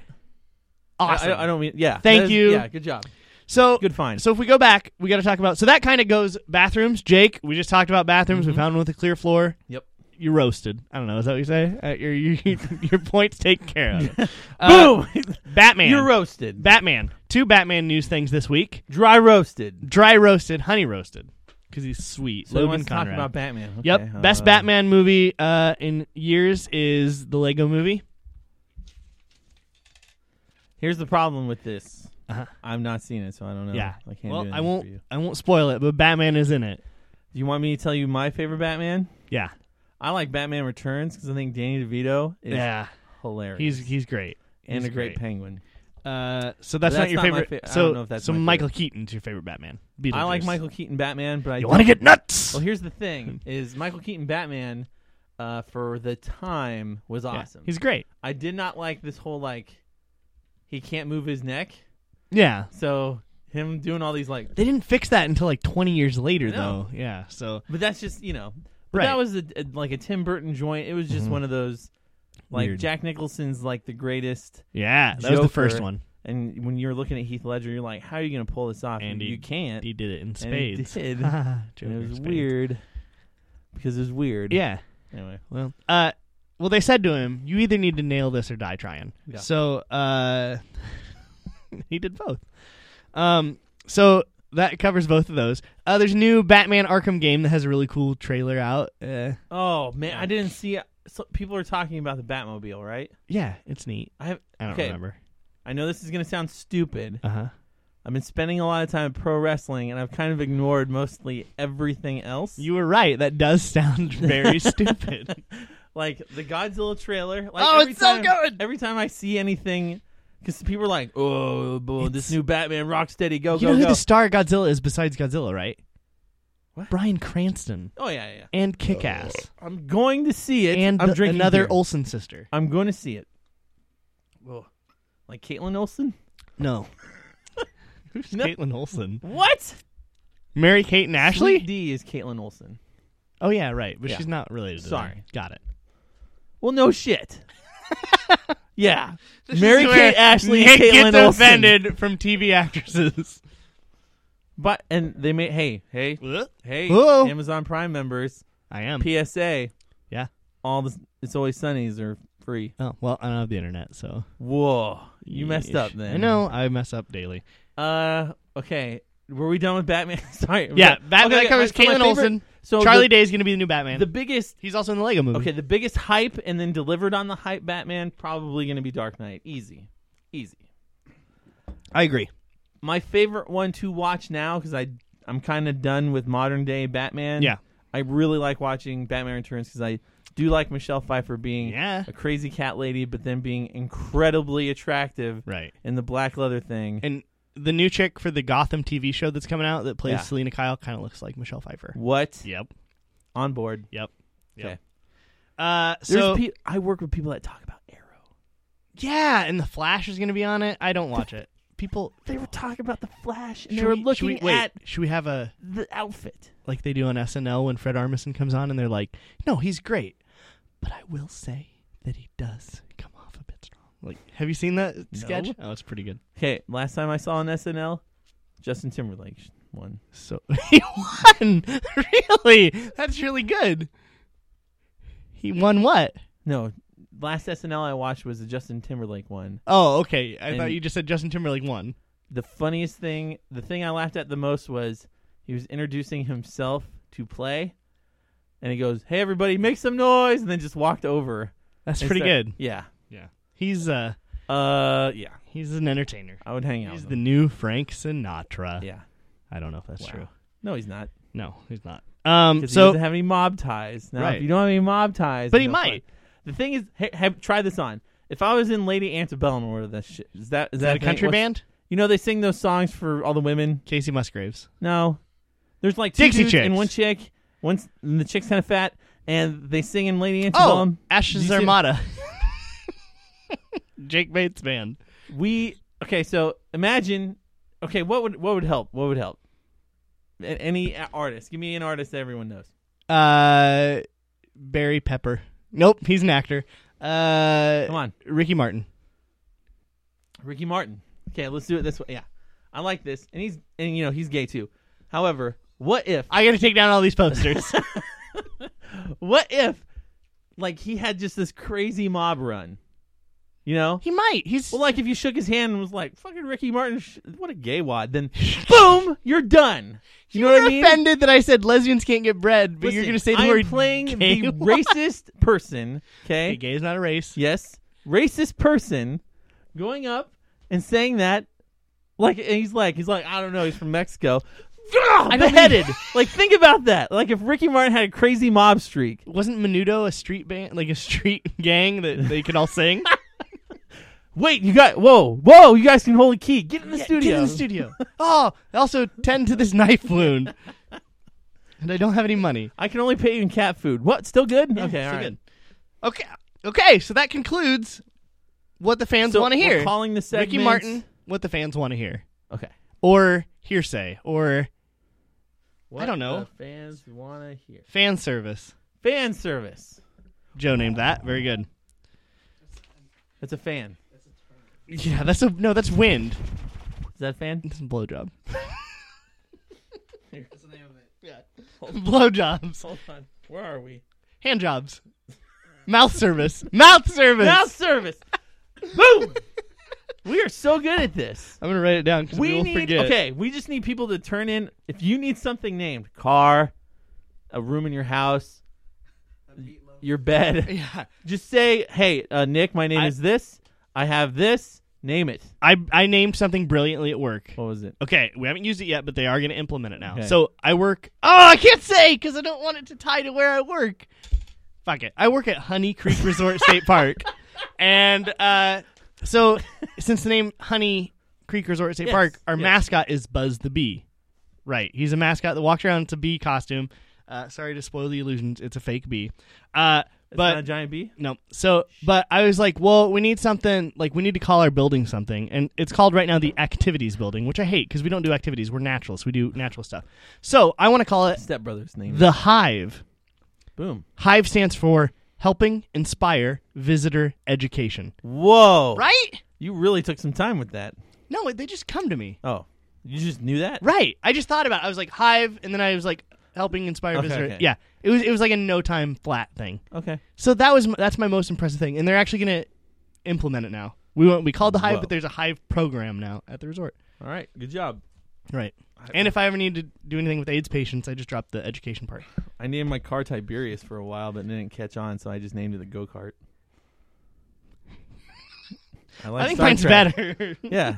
[SPEAKER 2] I,
[SPEAKER 3] awesome.
[SPEAKER 2] I, I don't mean. Yeah.
[SPEAKER 3] Thank
[SPEAKER 2] that is-
[SPEAKER 3] you.
[SPEAKER 2] Yeah. Good job.
[SPEAKER 3] so
[SPEAKER 2] Good find.
[SPEAKER 3] So if we go back, we got to talk about. So that kind of goes bathrooms. Jake, we just talked about bathrooms. We found one with a clear floor.
[SPEAKER 2] Mm-hmm. Yep.
[SPEAKER 3] You roasted. I don't know. Is that what you say? Uh, your, your your points taken care of.
[SPEAKER 2] Boom.
[SPEAKER 3] Batman.
[SPEAKER 2] Uh, You're roasted.
[SPEAKER 3] Batman. Two Batman news things this week:
[SPEAKER 2] Dry roasted.
[SPEAKER 3] dry roasted, honey roasted, because he's sweet.
[SPEAKER 2] So
[SPEAKER 3] Logan
[SPEAKER 2] let's talk
[SPEAKER 3] Conrad.
[SPEAKER 2] about Batman. Okay,
[SPEAKER 3] yep, best
[SPEAKER 2] uh,
[SPEAKER 3] Batman movie uh, in years is the Lego Movie.
[SPEAKER 2] Here's the problem with this.
[SPEAKER 3] Uh-huh.
[SPEAKER 2] I've not seen it, so I don't know.
[SPEAKER 3] yeah.
[SPEAKER 2] I can't.
[SPEAKER 3] well,
[SPEAKER 2] do
[SPEAKER 3] I
[SPEAKER 2] anything
[SPEAKER 3] won't.
[SPEAKER 2] For you.
[SPEAKER 3] I won't spoil it, but Batman is in it.
[SPEAKER 2] Do you want me to tell you my favorite Batman?
[SPEAKER 3] Yeah.
[SPEAKER 2] I like Batman Returns because I think Danny DeVito is
[SPEAKER 3] yeah.
[SPEAKER 2] hilarious.
[SPEAKER 3] He's he's great.
[SPEAKER 2] and
[SPEAKER 3] He's
[SPEAKER 2] a great,
[SPEAKER 3] great.
[SPEAKER 2] penguin.
[SPEAKER 3] Uh, so that's,
[SPEAKER 2] But
[SPEAKER 3] not your
[SPEAKER 2] that's not my
[SPEAKER 3] favorite.
[SPEAKER 2] fa- I
[SPEAKER 3] so
[SPEAKER 2] don't know if that's
[SPEAKER 3] so
[SPEAKER 2] my favorite.
[SPEAKER 3] Michael Keaton's your favorite Batman.
[SPEAKER 2] I like
[SPEAKER 3] Beetlejuice.
[SPEAKER 2] Michael Keaton Batman, but I
[SPEAKER 3] You
[SPEAKER 2] don't-
[SPEAKER 3] want to get nuts?
[SPEAKER 2] Well, here's the thing: is Michael Keaton Batman uh, for the time was
[SPEAKER 3] Yeah,
[SPEAKER 2] awesome.
[SPEAKER 3] He's great.
[SPEAKER 2] I did not like this whole like he can't move his neck,
[SPEAKER 3] Yeah.
[SPEAKER 2] so him doing all these like.
[SPEAKER 3] They didn't fix that until like 20 years later,
[SPEAKER 2] I know.
[SPEAKER 3] though. Yeah. So
[SPEAKER 2] But that's just you know. But
[SPEAKER 3] Right.
[SPEAKER 2] that was a, a- like a Tim Burton joint. It was just
[SPEAKER 3] Mhm.
[SPEAKER 2] one of those like
[SPEAKER 3] Weird.
[SPEAKER 2] Jack Nicholson's like the greatest.
[SPEAKER 3] yeah, that was the first
[SPEAKER 2] Joker.
[SPEAKER 3] one.
[SPEAKER 2] And when you're looking at Heath Ledger, you're like, how are you going to pull this off?
[SPEAKER 3] And he-
[SPEAKER 2] you can't.
[SPEAKER 3] He did it in
[SPEAKER 2] and he
[SPEAKER 3] spades.
[SPEAKER 2] did.
[SPEAKER 3] and
[SPEAKER 2] and it was weird because it was weird.
[SPEAKER 3] Yeah.
[SPEAKER 2] Anyway,
[SPEAKER 3] Well, uh, well, they said to him, "You either need to nail this or die trying."
[SPEAKER 2] Yeah.
[SPEAKER 3] So, uh, he did both. Um, so that covers both of those. Uh, there's a new Batman Arkham game that has a really cool trailer out. Uh,
[SPEAKER 2] oh man, I didn't see. So people are talking about the Batmobile, right?
[SPEAKER 3] yeah, it's neat.
[SPEAKER 2] I have.
[SPEAKER 3] I don't
[SPEAKER 2] Okay.
[SPEAKER 3] remember.
[SPEAKER 2] I know this is going to sound stupid.
[SPEAKER 3] Uh huh.
[SPEAKER 2] I've been spending a lot of time at pro wrestling, and I've kind of ignored mostly everything else.
[SPEAKER 3] You were right. That does sound very stupid.
[SPEAKER 2] like the Godzilla trailer. Like,
[SPEAKER 3] Oh,
[SPEAKER 2] every
[SPEAKER 3] it's so
[SPEAKER 2] time-
[SPEAKER 3] good!
[SPEAKER 2] Every time I see anything, because people are like, "Oh, boy, this new Batman, Rocksteady, go
[SPEAKER 3] you
[SPEAKER 2] go
[SPEAKER 3] know who
[SPEAKER 2] go!"
[SPEAKER 3] the star of Godzilla is besides Godzilla, right?
[SPEAKER 2] What?
[SPEAKER 3] Brian Cranston
[SPEAKER 2] oh yeah, yeah, yeah.
[SPEAKER 3] and Kick Ass
[SPEAKER 2] I'm going to see it.
[SPEAKER 3] and
[SPEAKER 2] I'm
[SPEAKER 3] the-
[SPEAKER 2] drinking
[SPEAKER 3] another
[SPEAKER 2] beer.
[SPEAKER 3] Olsen sister.
[SPEAKER 2] I'm going to see it. Whoa. Like Caitlin Olsen?
[SPEAKER 3] No. Who's
[SPEAKER 2] No.
[SPEAKER 3] Caitlin Olsen?
[SPEAKER 2] What?
[SPEAKER 3] Mary Kate and Ashley?
[SPEAKER 2] Sweet D is Caitlin Olsen.
[SPEAKER 3] Oh yeah, right. But
[SPEAKER 2] Yeah.
[SPEAKER 3] she's not related. To
[SPEAKER 2] Sorry.
[SPEAKER 3] them. got it.
[SPEAKER 2] Well, no shit. yeah. Mary
[SPEAKER 3] This is where
[SPEAKER 2] Kate Ashley and
[SPEAKER 3] Nick
[SPEAKER 2] Caitlin
[SPEAKER 3] gets
[SPEAKER 2] Olsen.
[SPEAKER 3] offended from TV actresses.
[SPEAKER 2] But and they made hey, hey, hey,
[SPEAKER 3] Whoa.
[SPEAKER 2] Amazon Prime members,
[SPEAKER 3] I am.
[SPEAKER 2] PSA.
[SPEAKER 3] Yeah.
[SPEAKER 2] All the it's always sunnies are free.
[SPEAKER 3] oh well, I don't have the internet, so
[SPEAKER 2] Whoa. You messed
[SPEAKER 3] Yeesh.
[SPEAKER 2] up then.
[SPEAKER 3] I know I mess up daily.
[SPEAKER 2] Uh okay. Were we done with Batman? Sorry.
[SPEAKER 3] Yeah,
[SPEAKER 2] Okay,
[SPEAKER 3] Batman
[SPEAKER 2] okay,
[SPEAKER 3] that covers
[SPEAKER 2] so my
[SPEAKER 3] Caitlin
[SPEAKER 2] favorite-
[SPEAKER 3] Olsen.
[SPEAKER 2] So
[SPEAKER 3] Charlie
[SPEAKER 2] the,
[SPEAKER 3] Day is going to be the new Batman.
[SPEAKER 2] the biggest
[SPEAKER 3] He's also in the Lego movie.
[SPEAKER 2] Okay, the biggest hype and then delivered on the hype Batman probably going to be Dark Knight. Easy. Easy.
[SPEAKER 3] I agree.
[SPEAKER 2] My favorite one to watch now cuz I I'm kind of done with modern day Batman.
[SPEAKER 3] Yeah.
[SPEAKER 2] I really like watching Batman Returns cuz I do like Michelle Pfeiffer being
[SPEAKER 3] Yeah.
[SPEAKER 2] a crazy cat lady but then being incredibly attractive
[SPEAKER 3] Right.
[SPEAKER 2] in the black leather thing.
[SPEAKER 3] And the new chick for the Gotham TV show that's coming out that plays
[SPEAKER 2] Yeah.
[SPEAKER 3] Selena Kyle kind of looks like Michelle Pfeiffer.
[SPEAKER 2] what?
[SPEAKER 3] Yep.
[SPEAKER 2] On board.
[SPEAKER 3] Yep. Yep.
[SPEAKER 2] Okay.
[SPEAKER 3] Uh,
[SPEAKER 2] There's
[SPEAKER 3] so
[SPEAKER 2] pe- I work with people that talk about Arrow.
[SPEAKER 3] yeah, and the Flash is gonna be on it. I don't watch it. People,
[SPEAKER 2] They were talking about the Flash and
[SPEAKER 3] should
[SPEAKER 2] they were
[SPEAKER 3] we- should
[SPEAKER 2] looking
[SPEAKER 3] we, wait,
[SPEAKER 2] at
[SPEAKER 3] Should we have a
[SPEAKER 2] the outfit.
[SPEAKER 3] like they do on SNL when Fred Armisen comes on, and they're like, "No, he's great," but I will say that he does come off a bit strong. Like, have you seen that sketch? Oh, it's pretty good.
[SPEAKER 2] Okay, last time I saw an SNL, Justin Timberlake won.
[SPEAKER 3] So he won. really, that's really good. He won what?
[SPEAKER 2] No, last SNL I watched was the Justin Timberlake one.
[SPEAKER 3] Oh, okay. I
[SPEAKER 2] And-
[SPEAKER 3] thought you just said Justin Timberlake won.
[SPEAKER 2] The funniest thing, the thing I laughed at the most was he was introducing himself to play, and he goes, "Hey everybody, make some noise," and then just walked over.
[SPEAKER 3] That's
[SPEAKER 2] And
[SPEAKER 3] pretty
[SPEAKER 2] so-
[SPEAKER 3] good.
[SPEAKER 2] Yeah.
[SPEAKER 3] Yeah, he's uh
[SPEAKER 2] Uh, yeah.
[SPEAKER 3] he's an entertainer.
[SPEAKER 2] I would hang out.
[SPEAKER 3] He's
[SPEAKER 2] with
[SPEAKER 3] the
[SPEAKER 2] him.
[SPEAKER 3] new Frank Sinatra.
[SPEAKER 2] yeah.
[SPEAKER 3] I don't know if that's
[SPEAKER 2] Wow.
[SPEAKER 3] true.
[SPEAKER 2] No, he's not.
[SPEAKER 3] No, he's not. Um,
[SPEAKER 2] Because he
[SPEAKER 3] so
[SPEAKER 2] doesn't have any mob ties. Now,
[SPEAKER 3] Right.
[SPEAKER 2] if you don't have any mob ties,
[SPEAKER 3] But he
[SPEAKER 2] no fun.
[SPEAKER 3] might.
[SPEAKER 2] The thing is, hey, have, try this on. If I was in Lady Antebellum or that shit, is that is
[SPEAKER 3] is
[SPEAKER 2] a
[SPEAKER 3] that a
[SPEAKER 2] thing?
[SPEAKER 3] country
[SPEAKER 2] What's-
[SPEAKER 3] band?
[SPEAKER 2] You know they sing those songs for all the women.
[SPEAKER 3] Casey Musgraves.
[SPEAKER 2] No, there's like two
[SPEAKER 3] Dixie
[SPEAKER 2] dudes
[SPEAKER 3] Chicks.
[SPEAKER 2] and one chick. One s- and the chick's kind of fat, and they sing in Lady
[SPEAKER 3] Oh,
[SPEAKER 2] Antebellum.
[SPEAKER 3] Ashes
[SPEAKER 2] you see-
[SPEAKER 3] Armada. Jake Bates band.
[SPEAKER 2] We okay. So imagine. Okay, what would what would help? What would help? A- Any a- artist. Give me an artist that everyone knows.
[SPEAKER 3] Uh, Barry Pepper. Nope, he's an actor. Uh,
[SPEAKER 2] Come on,
[SPEAKER 3] Ricky Martin.
[SPEAKER 2] Ricky Martin. Okay, let's do it this way. Yeah, I like this, and he's and you know he's gay too. However, what if
[SPEAKER 3] I gotta take down all these posters.
[SPEAKER 2] what if like he had just this crazy mob run? You know,
[SPEAKER 3] he might. He's
[SPEAKER 2] Well, like if you shook his hand and was like, "Fucking Ricky Martin, sh- what a gay wad," then boom, you're done. You know what I mean?
[SPEAKER 3] offended that I said lesbians can't get bread, but you're
[SPEAKER 2] Listen,
[SPEAKER 3] gonna say the
[SPEAKER 2] I'm
[SPEAKER 3] word
[SPEAKER 2] playing
[SPEAKER 3] gay.
[SPEAKER 2] the racist person.
[SPEAKER 3] Hey,
[SPEAKER 2] Okay,
[SPEAKER 3] gay is not a race.
[SPEAKER 2] yes, racist person going up and saying that. Like and he's like he's like I don't know. He's from Mexico.
[SPEAKER 3] I don't
[SPEAKER 2] beheaded. like think about that. Like if Ricky Martin had a crazy mob streak,
[SPEAKER 3] Wasn't Menudo a street band, like a street gang that they could all sing?
[SPEAKER 2] Wait, you got whoa, whoa! You guys can hold a key. Get in the
[SPEAKER 3] Yeah,
[SPEAKER 2] studio.
[SPEAKER 3] Get in the studio. oh, also tend to this knife wound. And I don't have any money.
[SPEAKER 2] I can only pay you in cat food. What? Still good?
[SPEAKER 3] Yeah,
[SPEAKER 2] okay,
[SPEAKER 3] so
[SPEAKER 2] all right.
[SPEAKER 3] good. Okay, okay. So that concludes what the fans
[SPEAKER 2] So
[SPEAKER 3] want to hear.
[SPEAKER 2] We're calling the segment.
[SPEAKER 3] Ricky Martin, what the fans want to hear,
[SPEAKER 2] Okay.
[SPEAKER 3] or hearsay, or
[SPEAKER 2] What
[SPEAKER 3] don't know.
[SPEAKER 2] the fans want to hear
[SPEAKER 3] fan service.
[SPEAKER 2] fan service.
[SPEAKER 3] Joe named that. Very good.
[SPEAKER 2] That's a fan.
[SPEAKER 3] Yeah, that's a no. That's wind.
[SPEAKER 2] Is that a fan?
[SPEAKER 3] That's a blowjob.
[SPEAKER 1] That's the name of it.
[SPEAKER 3] Blowjobs.
[SPEAKER 2] Hold on. Where are we?
[SPEAKER 3] Hand jobs. Mouth service. Mouth service.
[SPEAKER 2] Mouth service. Boom. We are so good at this.
[SPEAKER 3] I'm gonna write it down because
[SPEAKER 2] We
[SPEAKER 3] will
[SPEAKER 2] need
[SPEAKER 3] forget.
[SPEAKER 2] okay. We just need people to turn in. If you need something named car, a room in your house, your bed,
[SPEAKER 3] Yeah.
[SPEAKER 2] just say, "Hey, uh, Nick, my name
[SPEAKER 3] I-
[SPEAKER 2] is this. I have this. Name it.
[SPEAKER 3] I I named something brilliantly at work.
[SPEAKER 2] What was it?
[SPEAKER 3] Okay, we haven't used it yet, but they are going to implement it now.
[SPEAKER 2] Okay.
[SPEAKER 3] So I work. Oh, I can't say because I don't want it to tie to where I work. Fuck it. I work at Honey Creek Resort State Park, and uh, so since the name Honey Creek Resort State
[SPEAKER 2] Yes,
[SPEAKER 3] Park, our
[SPEAKER 2] yes.
[SPEAKER 3] mascot is Buzz the Bee. Right, he's a mascot that walks around. It's a bee costume. Uh, sorry to spoil the illusions. It's a fake bee. Uh,
[SPEAKER 2] It's
[SPEAKER 3] but
[SPEAKER 2] not a giant bee.
[SPEAKER 3] no. So, but I was like, well, we need something, like, we need to call our building something. And it's called right now the activities building, which I hate because we don't do activities. We're naturalists. We do natural stuff. So I want to call it
[SPEAKER 2] Stepbrother's name.
[SPEAKER 3] the Hive.
[SPEAKER 2] Boom.
[SPEAKER 3] Hive stands for Helping Inspire Visitor Education.
[SPEAKER 2] Whoa.
[SPEAKER 3] Right?
[SPEAKER 2] You really took some time with that.
[SPEAKER 3] No, they just come to me.
[SPEAKER 2] Oh, you just knew that.
[SPEAKER 3] Right. I just thought about it. I was like, Hive, and then I was like, Helping Inspire
[SPEAKER 2] Okay,
[SPEAKER 3] Visitor.
[SPEAKER 2] okay.
[SPEAKER 3] Yeah. It was, it was like a no time flat thing.
[SPEAKER 2] Okay.
[SPEAKER 3] So that was m- that's my most impressive thing, and they're actually going to implement it now. We won't, we called the hive,
[SPEAKER 2] Whoa.
[SPEAKER 3] but there's a hive program now at the resort.
[SPEAKER 2] All right. Good job.
[SPEAKER 3] Right.
[SPEAKER 2] I-
[SPEAKER 3] And if I ever need to do anything with AIDS patients, I just drop the education part.
[SPEAKER 2] I named my car Tiberius for a while, but it didn't catch on, so I just named it the go kart. like
[SPEAKER 3] I think
[SPEAKER 2] Star
[SPEAKER 3] mine's
[SPEAKER 2] Trek.
[SPEAKER 3] better.
[SPEAKER 2] Yeah.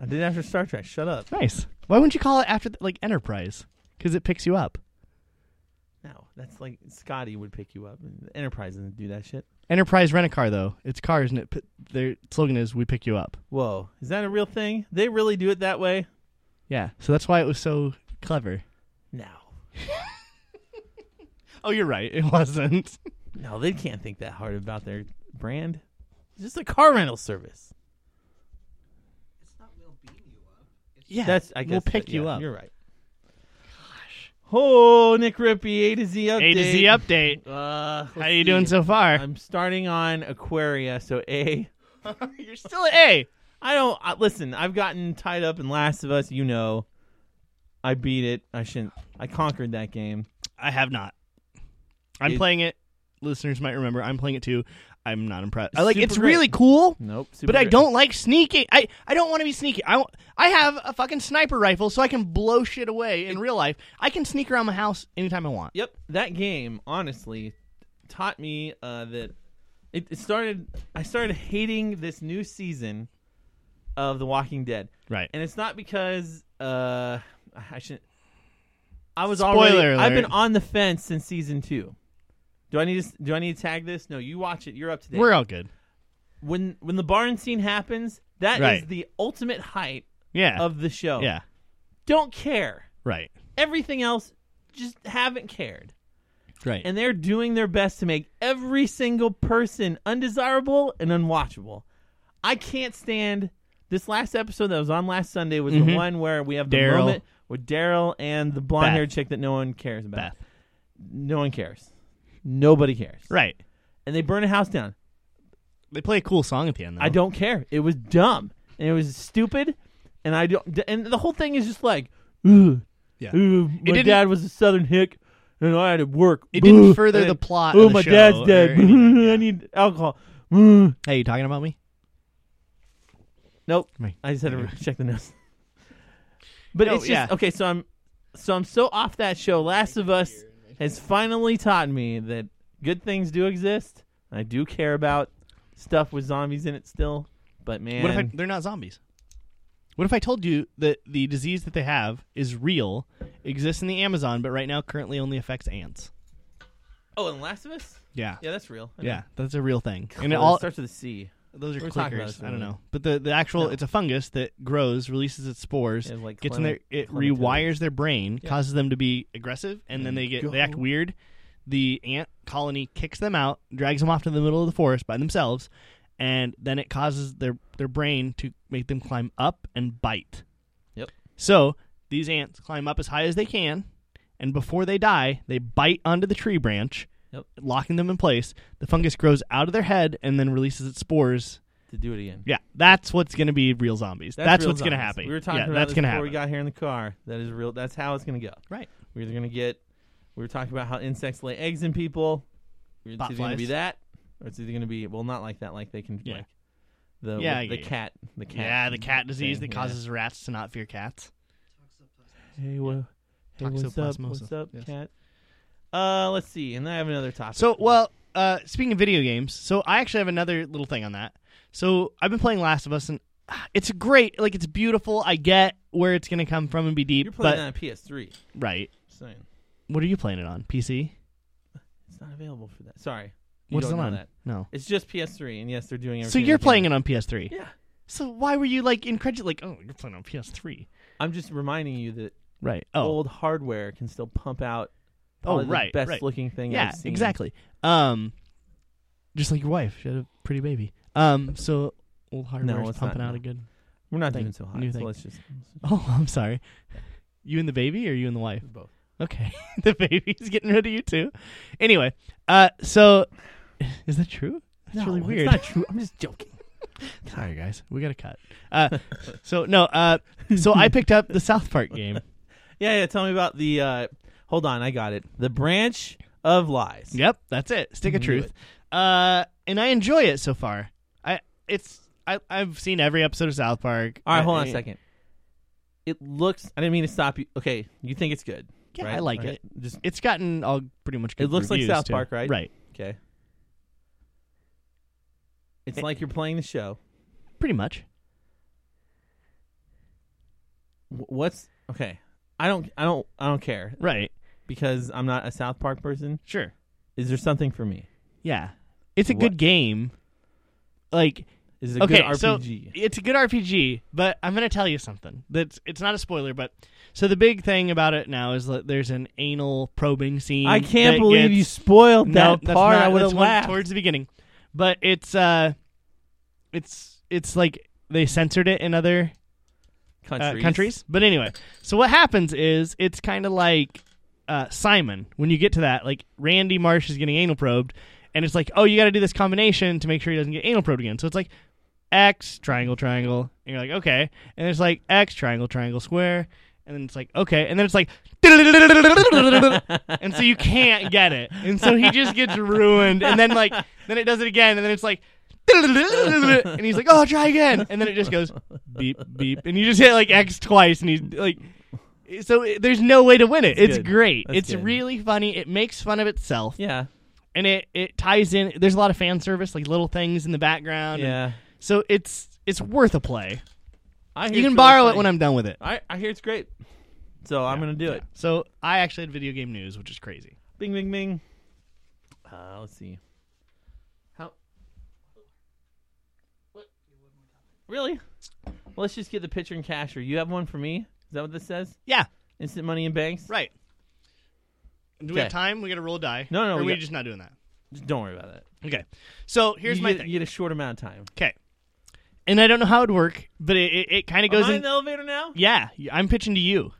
[SPEAKER 2] I did it after Star Trek. Shut up.
[SPEAKER 3] nice. Why wouldn't you call it after the, like Enterprise? Because it picks you up.
[SPEAKER 2] No, that's like Scotty would pick you up. Enterprise doesn't do that shit.
[SPEAKER 3] Enterprise rent a car though. It's cars, and it p- their slogan is "We pick you up."
[SPEAKER 2] Whoa, is that a real thing? They really do it that way?
[SPEAKER 3] Yeah. So that's why it was so clever.
[SPEAKER 2] No,
[SPEAKER 3] Oh, you're right. It wasn't.
[SPEAKER 2] no, they can't think that hard about their brand. It's just a car rental service.
[SPEAKER 1] It's not Will beating you up.
[SPEAKER 3] yeah.
[SPEAKER 2] That's I guess
[SPEAKER 3] we'll pick
[SPEAKER 2] that-
[SPEAKER 3] you
[SPEAKER 2] yeah,
[SPEAKER 3] up.
[SPEAKER 2] You're right. Gosh. Oh, Nick Rippey, A to Z update.
[SPEAKER 3] A to Z update.
[SPEAKER 2] Uh,
[SPEAKER 3] How you doing so far?
[SPEAKER 2] I'm starting on Aquaria, so A.
[SPEAKER 3] you're still at A.
[SPEAKER 2] I don't I, listen. I've gotten tied up in Last of Us. You know, I beat it. I shouldn't. I conquered that game.
[SPEAKER 3] I have not. I'm
[SPEAKER 2] It-
[SPEAKER 3] playing it. Listeners might remember I'm playing it too. I'm not impressed. I like
[SPEAKER 2] Super
[SPEAKER 3] it's
[SPEAKER 2] great.
[SPEAKER 3] really cool,
[SPEAKER 2] Nope.
[SPEAKER 3] but
[SPEAKER 2] super
[SPEAKER 3] I
[SPEAKER 2] great.
[SPEAKER 3] don't like sneaking. I I don't want to be sneaky. I want- I have a fucking sniper rifle so I can blow shit away in real life. I can sneak around my house anytime I want.
[SPEAKER 2] Yep, that game honestly taught me uh, that it, it started. I started hating this new season of The Walking Dead,
[SPEAKER 3] Right.
[SPEAKER 2] and it's not because uh, I shouldn't. I was
[SPEAKER 3] Spoiler
[SPEAKER 2] already. I've
[SPEAKER 3] alert.
[SPEAKER 2] been on the fence since season two. Do I need to? Do I need to tag this? No, you watch it. You're up to date.
[SPEAKER 3] We're all good.
[SPEAKER 2] when when the barn scene happens, that is
[SPEAKER 3] Right.
[SPEAKER 2] the ultimate height
[SPEAKER 3] Yeah.
[SPEAKER 2] of the show.
[SPEAKER 3] yeah.
[SPEAKER 2] Don't care.
[SPEAKER 3] Right.
[SPEAKER 2] Everything else just haven't cared.
[SPEAKER 3] Right.
[SPEAKER 2] And they're doing their best to make every single person undesirable and unwatchable. I can't stand this last episode that was on last Sunday was
[SPEAKER 3] Mhm.
[SPEAKER 2] the one where we have the
[SPEAKER 3] Daryl.
[SPEAKER 2] moment with Daryl and the blonde haired chick that no one cares about.
[SPEAKER 3] Beth.
[SPEAKER 2] No one cares. Nobody cares.
[SPEAKER 3] Right.
[SPEAKER 2] And they burn a house down.
[SPEAKER 3] They play a cool song at the end though.
[SPEAKER 2] I don't care. It was dumb and it was stupid, and I don't. And the whole thing is just like, ooh,
[SPEAKER 3] Yeah.
[SPEAKER 2] ooh,
[SPEAKER 3] It
[SPEAKER 2] my
[SPEAKER 3] didn't-
[SPEAKER 2] dad was a southern hick, and I had to work.
[SPEAKER 3] It didn't
[SPEAKER 2] Boo.
[SPEAKER 3] further the
[SPEAKER 2] And-
[SPEAKER 3] plot.
[SPEAKER 2] Oh,
[SPEAKER 3] of the
[SPEAKER 2] my
[SPEAKER 3] show
[SPEAKER 2] dad's
[SPEAKER 3] or
[SPEAKER 2] dead.
[SPEAKER 3] anything, yeah.
[SPEAKER 2] I need alcohol. Ooh.
[SPEAKER 3] Hey, you talking about me?
[SPEAKER 2] Nope.
[SPEAKER 3] Come here.
[SPEAKER 2] I just had to re- check the notes. But
[SPEAKER 3] No,
[SPEAKER 2] it's just
[SPEAKER 3] yeah.
[SPEAKER 2] okay. So I'm, so I'm so off that show. Last of Us has finally taught me that good things do exist. I do care about stuff with zombies in it still, but man,
[SPEAKER 3] What if I, they're not zombies? What if I told you that the disease that they have is real, exists in the Amazon, but right now currently only affects ants?
[SPEAKER 2] oh, and Last of Us.
[SPEAKER 3] Yeah.
[SPEAKER 2] Yeah, that's real. I know.
[SPEAKER 3] Yeah, that's a real thing.
[SPEAKER 2] Cool.
[SPEAKER 3] And
[SPEAKER 2] it
[SPEAKER 3] it all
[SPEAKER 2] starts with a C.
[SPEAKER 3] Those are
[SPEAKER 2] We were talking about
[SPEAKER 3] clickers.
[SPEAKER 2] this
[SPEAKER 3] I don't
[SPEAKER 2] earlier.
[SPEAKER 3] know, but the the actual
[SPEAKER 2] No.
[SPEAKER 3] it's a fungus that grows, releases its spores,
[SPEAKER 2] It, like,
[SPEAKER 3] gets in their
[SPEAKER 2] clemi-
[SPEAKER 3] it
[SPEAKER 2] clematitis.
[SPEAKER 3] rewires their brain,
[SPEAKER 2] Yeah.
[SPEAKER 3] causes them to be aggressive, and then they get they act
[SPEAKER 2] Go.
[SPEAKER 3] weird. The ant colony kicks them out, drags them off to the middle of the forest by themselves, and then it causes their their brain to make them climb up and bite.
[SPEAKER 2] Yep.
[SPEAKER 3] So these ants climb up as high as they can, and before they die, they bite onto the tree branch,
[SPEAKER 2] Yep.
[SPEAKER 3] locking them in place. The fungus grows out of their head and then releases its spores
[SPEAKER 2] to do it again.
[SPEAKER 3] yeah, that's what's going to be real zombies. That's,
[SPEAKER 2] real
[SPEAKER 3] what's going to
[SPEAKER 2] zombies.
[SPEAKER 3] happen.
[SPEAKER 2] We were talking
[SPEAKER 3] yeah,
[SPEAKER 2] about
[SPEAKER 3] that's
[SPEAKER 2] this
[SPEAKER 3] gonna
[SPEAKER 2] before
[SPEAKER 3] happen.
[SPEAKER 2] we got here in the car. That is real. That's how it's going to go.
[SPEAKER 3] right.
[SPEAKER 2] We're either going to get. We were talking about how insects lay eggs in people. It's
[SPEAKER 3] Bot
[SPEAKER 2] either going to be
[SPEAKER 3] flies.
[SPEAKER 2] that, or it's either going to be well, not like that. Like they can
[SPEAKER 3] Yeah.
[SPEAKER 2] like the
[SPEAKER 3] Yeah, I
[SPEAKER 2] the
[SPEAKER 3] get you.
[SPEAKER 2] cat the cat
[SPEAKER 3] yeah, the cat disease
[SPEAKER 2] thing,
[SPEAKER 3] that
[SPEAKER 2] yeah.
[SPEAKER 3] causes rats to not fear cats.
[SPEAKER 2] Hey, wha- hey, what's up?
[SPEAKER 3] Toxoplasmosis.
[SPEAKER 2] What's up,
[SPEAKER 3] Yes.
[SPEAKER 2] cat? Uh, let's see. And I have another topic.
[SPEAKER 3] So, well, uh, speaking of video games, so I actually have another little thing on that. So I've been playing Last of Us, and ah, it's great. Like it's beautiful. I get where it's going to come from and be deep.
[SPEAKER 2] you're playing
[SPEAKER 3] but
[SPEAKER 2] that on PS3.
[SPEAKER 3] right,
[SPEAKER 2] Just saying
[SPEAKER 3] what are you playing it on? PC?
[SPEAKER 2] it's not available for that. Sorry, you
[SPEAKER 3] What's
[SPEAKER 2] don't
[SPEAKER 3] it
[SPEAKER 2] know
[SPEAKER 3] on?
[SPEAKER 2] That.
[SPEAKER 3] No.
[SPEAKER 2] It's just PS3, and yes, they're doing
[SPEAKER 3] So
[SPEAKER 2] everything.
[SPEAKER 3] you're
[SPEAKER 2] they
[SPEAKER 3] playing
[SPEAKER 2] can.
[SPEAKER 3] it on PS3.
[SPEAKER 2] Yeah,
[SPEAKER 3] So why were you like incredulous? Like, oh, you're playing on PS3.
[SPEAKER 2] I'm just reminding you that
[SPEAKER 3] Right. Oh.
[SPEAKER 2] old hardware can still pump out.
[SPEAKER 3] oh,
[SPEAKER 2] probably the
[SPEAKER 3] right.
[SPEAKER 2] Best
[SPEAKER 3] right.
[SPEAKER 2] looking thing.
[SPEAKER 3] yeah
[SPEAKER 2] I've seen.
[SPEAKER 3] exactly um just like your wife she had a pretty baby um so old hardware's
[SPEAKER 2] it's
[SPEAKER 3] pumping
[SPEAKER 2] not,
[SPEAKER 3] out
[SPEAKER 2] no.
[SPEAKER 3] a good
[SPEAKER 2] We're not
[SPEAKER 3] Thing.
[SPEAKER 2] doing so hot.
[SPEAKER 3] New
[SPEAKER 2] so
[SPEAKER 3] thing.
[SPEAKER 2] let's just
[SPEAKER 3] oh i'm sorry you and the baby or you and the wife
[SPEAKER 2] both.
[SPEAKER 3] okay the baby's getting rid of you too anyway uh so is that true that's really weird
[SPEAKER 2] It's not true. I'm just joking.
[SPEAKER 3] sorry guys we gotta cut uh so no uh so i picked up the south park game
[SPEAKER 2] Yeah, yeah. Tell me about the. Uh, hold on, I got it. The branch of lies.
[SPEAKER 3] Yep, that's it. Stick of
[SPEAKER 2] Knew
[SPEAKER 3] truth. Uh, and I enjoy it so far. I it's I I've seen every episode of South Park.
[SPEAKER 2] All right, hold
[SPEAKER 3] I-
[SPEAKER 2] on a second. It looks. I didn't mean to stop you. Okay, you think it's good?
[SPEAKER 3] Yeah,
[SPEAKER 2] right?
[SPEAKER 3] I like
[SPEAKER 2] Okay,
[SPEAKER 3] it.
[SPEAKER 2] Just
[SPEAKER 3] It's gotten all pretty much. Good
[SPEAKER 2] It looks like
[SPEAKER 3] reviews,
[SPEAKER 2] South
[SPEAKER 3] too.
[SPEAKER 2] Park, right?
[SPEAKER 3] Right,
[SPEAKER 2] okay. It's
[SPEAKER 3] It-
[SPEAKER 2] like you're playing the show.
[SPEAKER 3] pretty much.
[SPEAKER 2] Wh- What's okay? I don't. I don't. I don't care
[SPEAKER 3] Right,
[SPEAKER 2] because I'm not a South Park person.
[SPEAKER 3] sure.
[SPEAKER 2] Is there something for me?
[SPEAKER 3] Yeah, it's a
[SPEAKER 2] What?
[SPEAKER 3] good game. Like
[SPEAKER 2] Is it a
[SPEAKER 3] okay,
[SPEAKER 2] good
[SPEAKER 3] so
[SPEAKER 2] RPG?
[SPEAKER 3] it's a good RPG, but I'm gonna tell you something. That's it's not a spoiler, but so the big thing about it now is that there's an anal probing scene.
[SPEAKER 2] I can't
[SPEAKER 3] that
[SPEAKER 2] believe
[SPEAKER 3] gets-
[SPEAKER 2] you spoiled
[SPEAKER 3] no,
[SPEAKER 2] that
[SPEAKER 3] that's
[SPEAKER 2] part.
[SPEAKER 3] Not,
[SPEAKER 2] I would
[SPEAKER 3] that's
[SPEAKER 2] have
[SPEAKER 3] one
[SPEAKER 2] laughed.
[SPEAKER 3] towards the beginning, but it's uh, it's it's like they censored it in other uh,
[SPEAKER 2] countries.
[SPEAKER 3] countries. But anyway, so what happens is it's kind of like uh, Simon. When you get to that, like Randy Marsh is getting anal probed, and it's like, oh, you got to do this combination to make sure he doesn't get anal probed again. So it's like X triangle triangle, and you're like, okay, and it's like X triangle triangle square, and then it's like okay, and then it's like. and so you can't get it, and so he just gets ruined, and then like then it does it again, and then it's like, and he's like, oh, try again, and then it just goes beep beep, and you just hit like X twice, and he's like, so it- there's no way to win it.
[SPEAKER 2] That's
[SPEAKER 3] it's
[SPEAKER 2] good.
[SPEAKER 3] great.
[SPEAKER 2] That's
[SPEAKER 3] it's
[SPEAKER 2] good.
[SPEAKER 3] really funny. It makes fun of itself,
[SPEAKER 2] Yeah,
[SPEAKER 3] and it it ties in. There's a lot of fan service, like little things in the background. and-
[SPEAKER 2] yeah.
[SPEAKER 3] so it's it's worth a play.
[SPEAKER 2] I hear
[SPEAKER 3] You
[SPEAKER 2] it's
[SPEAKER 3] can
[SPEAKER 2] really
[SPEAKER 3] borrow it
[SPEAKER 2] funny.
[SPEAKER 3] when I'm done with it.
[SPEAKER 2] I I hear it's great, so I'm gonna do it.
[SPEAKER 3] So I actually had video game news, which is crazy.
[SPEAKER 2] Bing, bing, bing. Uh, let's see. How? What? Really? Well, let's just get the pitcher and casher. You have one for me? Is that what this says?
[SPEAKER 3] Yeah.
[SPEAKER 2] Instant money in banks?
[SPEAKER 3] Right. Do we have
[SPEAKER 2] Okay.
[SPEAKER 3] time? We got to roll a die.
[SPEAKER 2] No, no,
[SPEAKER 3] Or
[SPEAKER 2] we
[SPEAKER 3] are we
[SPEAKER 2] got-
[SPEAKER 3] just not doing that?
[SPEAKER 2] Just don't worry about that.
[SPEAKER 3] Okay. So here's
[SPEAKER 2] You
[SPEAKER 3] my
[SPEAKER 2] get,
[SPEAKER 3] thing.
[SPEAKER 2] You get a short amount of time.
[SPEAKER 3] Okay. And I don't know how it'd work, but it, it, it kind of goes
[SPEAKER 2] Am I in
[SPEAKER 3] in.
[SPEAKER 2] the Oh, elevator now?
[SPEAKER 3] Yeah, I'm pitching to you.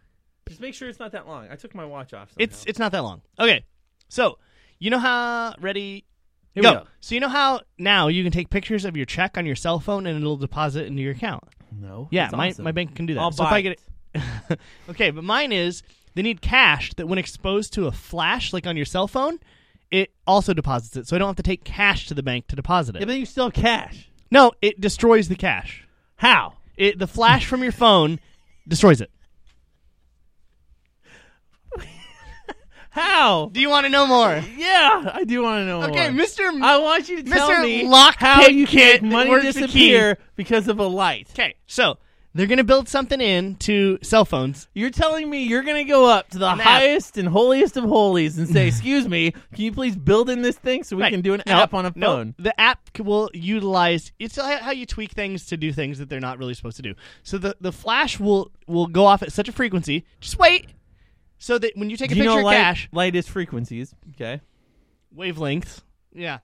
[SPEAKER 2] Just make sure it's not that long. I took my watch off. Somehow.
[SPEAKER 3] It's it's not that long. Okay. So you know how ready.
[SPEAKER 2] Here
[SPEAKER 3] go.
[SPEAKER 2] we go.
[SPEAKER 3] So you know how now you can take pictures of your check on your cell phone and it'll deposit into your account.
[SPEAKER 2] no.
[SPEAKER 3] Yeah,
[SPEAKER 2] that's
[SPEAKER 3] my,
[SPEAKER 2] awesome.
[SPEAKER 3] my bank can do that.
[SPEAKER 2] I'll
[SPEAKER 3] so
[SPEAKER 2] buy
[SPEAKER 3] if I get it. okay, but mine is they need cash that when exposed to a flash like on your cell phone, it also deposits it. So I don't have to take cash to the bank to deposit it.
[SPEAKER 2] Yeah, but you still have cash.
[SPEAKER 3] no, it destroys the cash.
[SPEAKER 2] How?
[SPEAKER 3] It the flash from your phone destroys it.
[SPEAKER 2] How?
[SPEAKER 3] Do you want to know more?
[SPEAKER 2] Yeah, I do want to know
[SPEAKER 3] Okay,
[SPEAKER 2] more.
[SPEAKER 3] Mr.
[SPEAKER 2] I want you to tell
[SPEAKER 3] Mr.
[SPEAKER 2] me
[SPEAKER 3] Lockpick
[SPEAKER 2] how you
[SPEAKER 3] Kid
[SPEAKER 2] can
[SPEAKER 3] that
[SPEAKER 2] money
[SPEAKER 3] works the key.
[SPEAKER 2] disappear because of a light.
[SPEAKER 3] Okay, so They're going to build something in to cell phones.
[SPEAKER 2] You're telling me you're going to go up to the
[SPEAKER 3] An app.
[SPEAKER 2] highest and holiest of holies and say, "Excuse me, can you please build in this thing so we
[SPEAKER 3] Right.
[SPEAKER 2] can do an
[SPEAKER 3] No,
[SPEAKER 2] app on a
[SPEAKER 3] no.
[SPEAKER 2] phone?"
[SPEAKER 3] The app c- will utilize it's how how you tweak things to do things that they're not really supposed to do. So the, the flash will will go off at such a frequency. Just wait. So that when you take a
[SPEAKER 2] Do you
[SPEAKER 3] picture
[SPEAKER 2] know
[SPEAKER 3] of
[SPEAKER 2] light,
[SPEAKER 3] cash,
[SPEAKER 2] light is frequencies. Okay.
[SPEAKER 3] wavelengths. Yeah.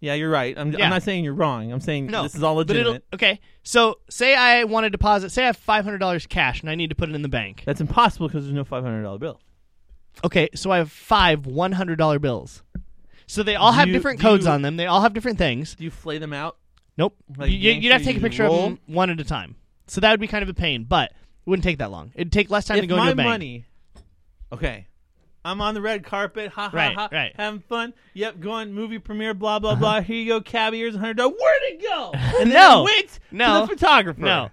[SPEAKER 2] Yeah, you're right. I'm,
[SPEAKER 3] Yeah.
[SPEAKER 2] I'm not saying you're wrong. I'm saying
[SPEAKER 3] No.
[SPEAKER 2] this is all
[SPEAKER 3] But it'll
[SPEAKER 2] legitimate.
[SPEAKER 3] okay. So say I want to deposit say I have five hundred dollars cash and I need to put it in the bank.
[SPEAKER 2] That's impossible because there's no $500 bill.
[SPEAKER 3] Okay, so I have five one hundred dollar bills. So they all
[SPEAKER 2] Do
[SPEAKER 3] have
[SPEAKER 2] you-
[SPEAKER 3] different
[SPEAKER 2] do
[SPEAKER 3] codes
[SPEAKER 2] you-
[SPEAKER 3] on them. They all have different things.
[SPEAKER 2] Do you flay them out?
[SPEAKER 3] Nope.
[SPEAKER 2] Like
[SPEAKER 3] you, you'd have
[SPEAKER 2] gangster,
[SPEAKER 3] to take a
[SPEAKER 2] you
[SPEAKER 3] picture
[SPEAKER 2] roll?
[SPEAKER 3] of them one at a time. So that would be kind of a pain, but it wouldn't take that long. It'd take less time to
[SPEAKER 2] if
[SPEAKER 3] go
[SPEAKER 2] my
[SPEAKER 3] into a bank.
[SPEAKER 2] money, okay, I'm on the red carpet, ha ha
[SPEAKER 3] Right,
[SPEAKER 2] ha,
[SPEAKER 3] right. Uh-huh.
[SPEAKER 2] having fun. Yep, going movie premiere, blah blah blah. Here you go, cabbie. Here's a hundred dollars. Where'd it go? And then
[SPEAKER 3] No,
[SPEAKER 2] it went
[SPEAKER 3] no,
[SPEAKER 2] to the photographer.
[SPEAKER 3] No.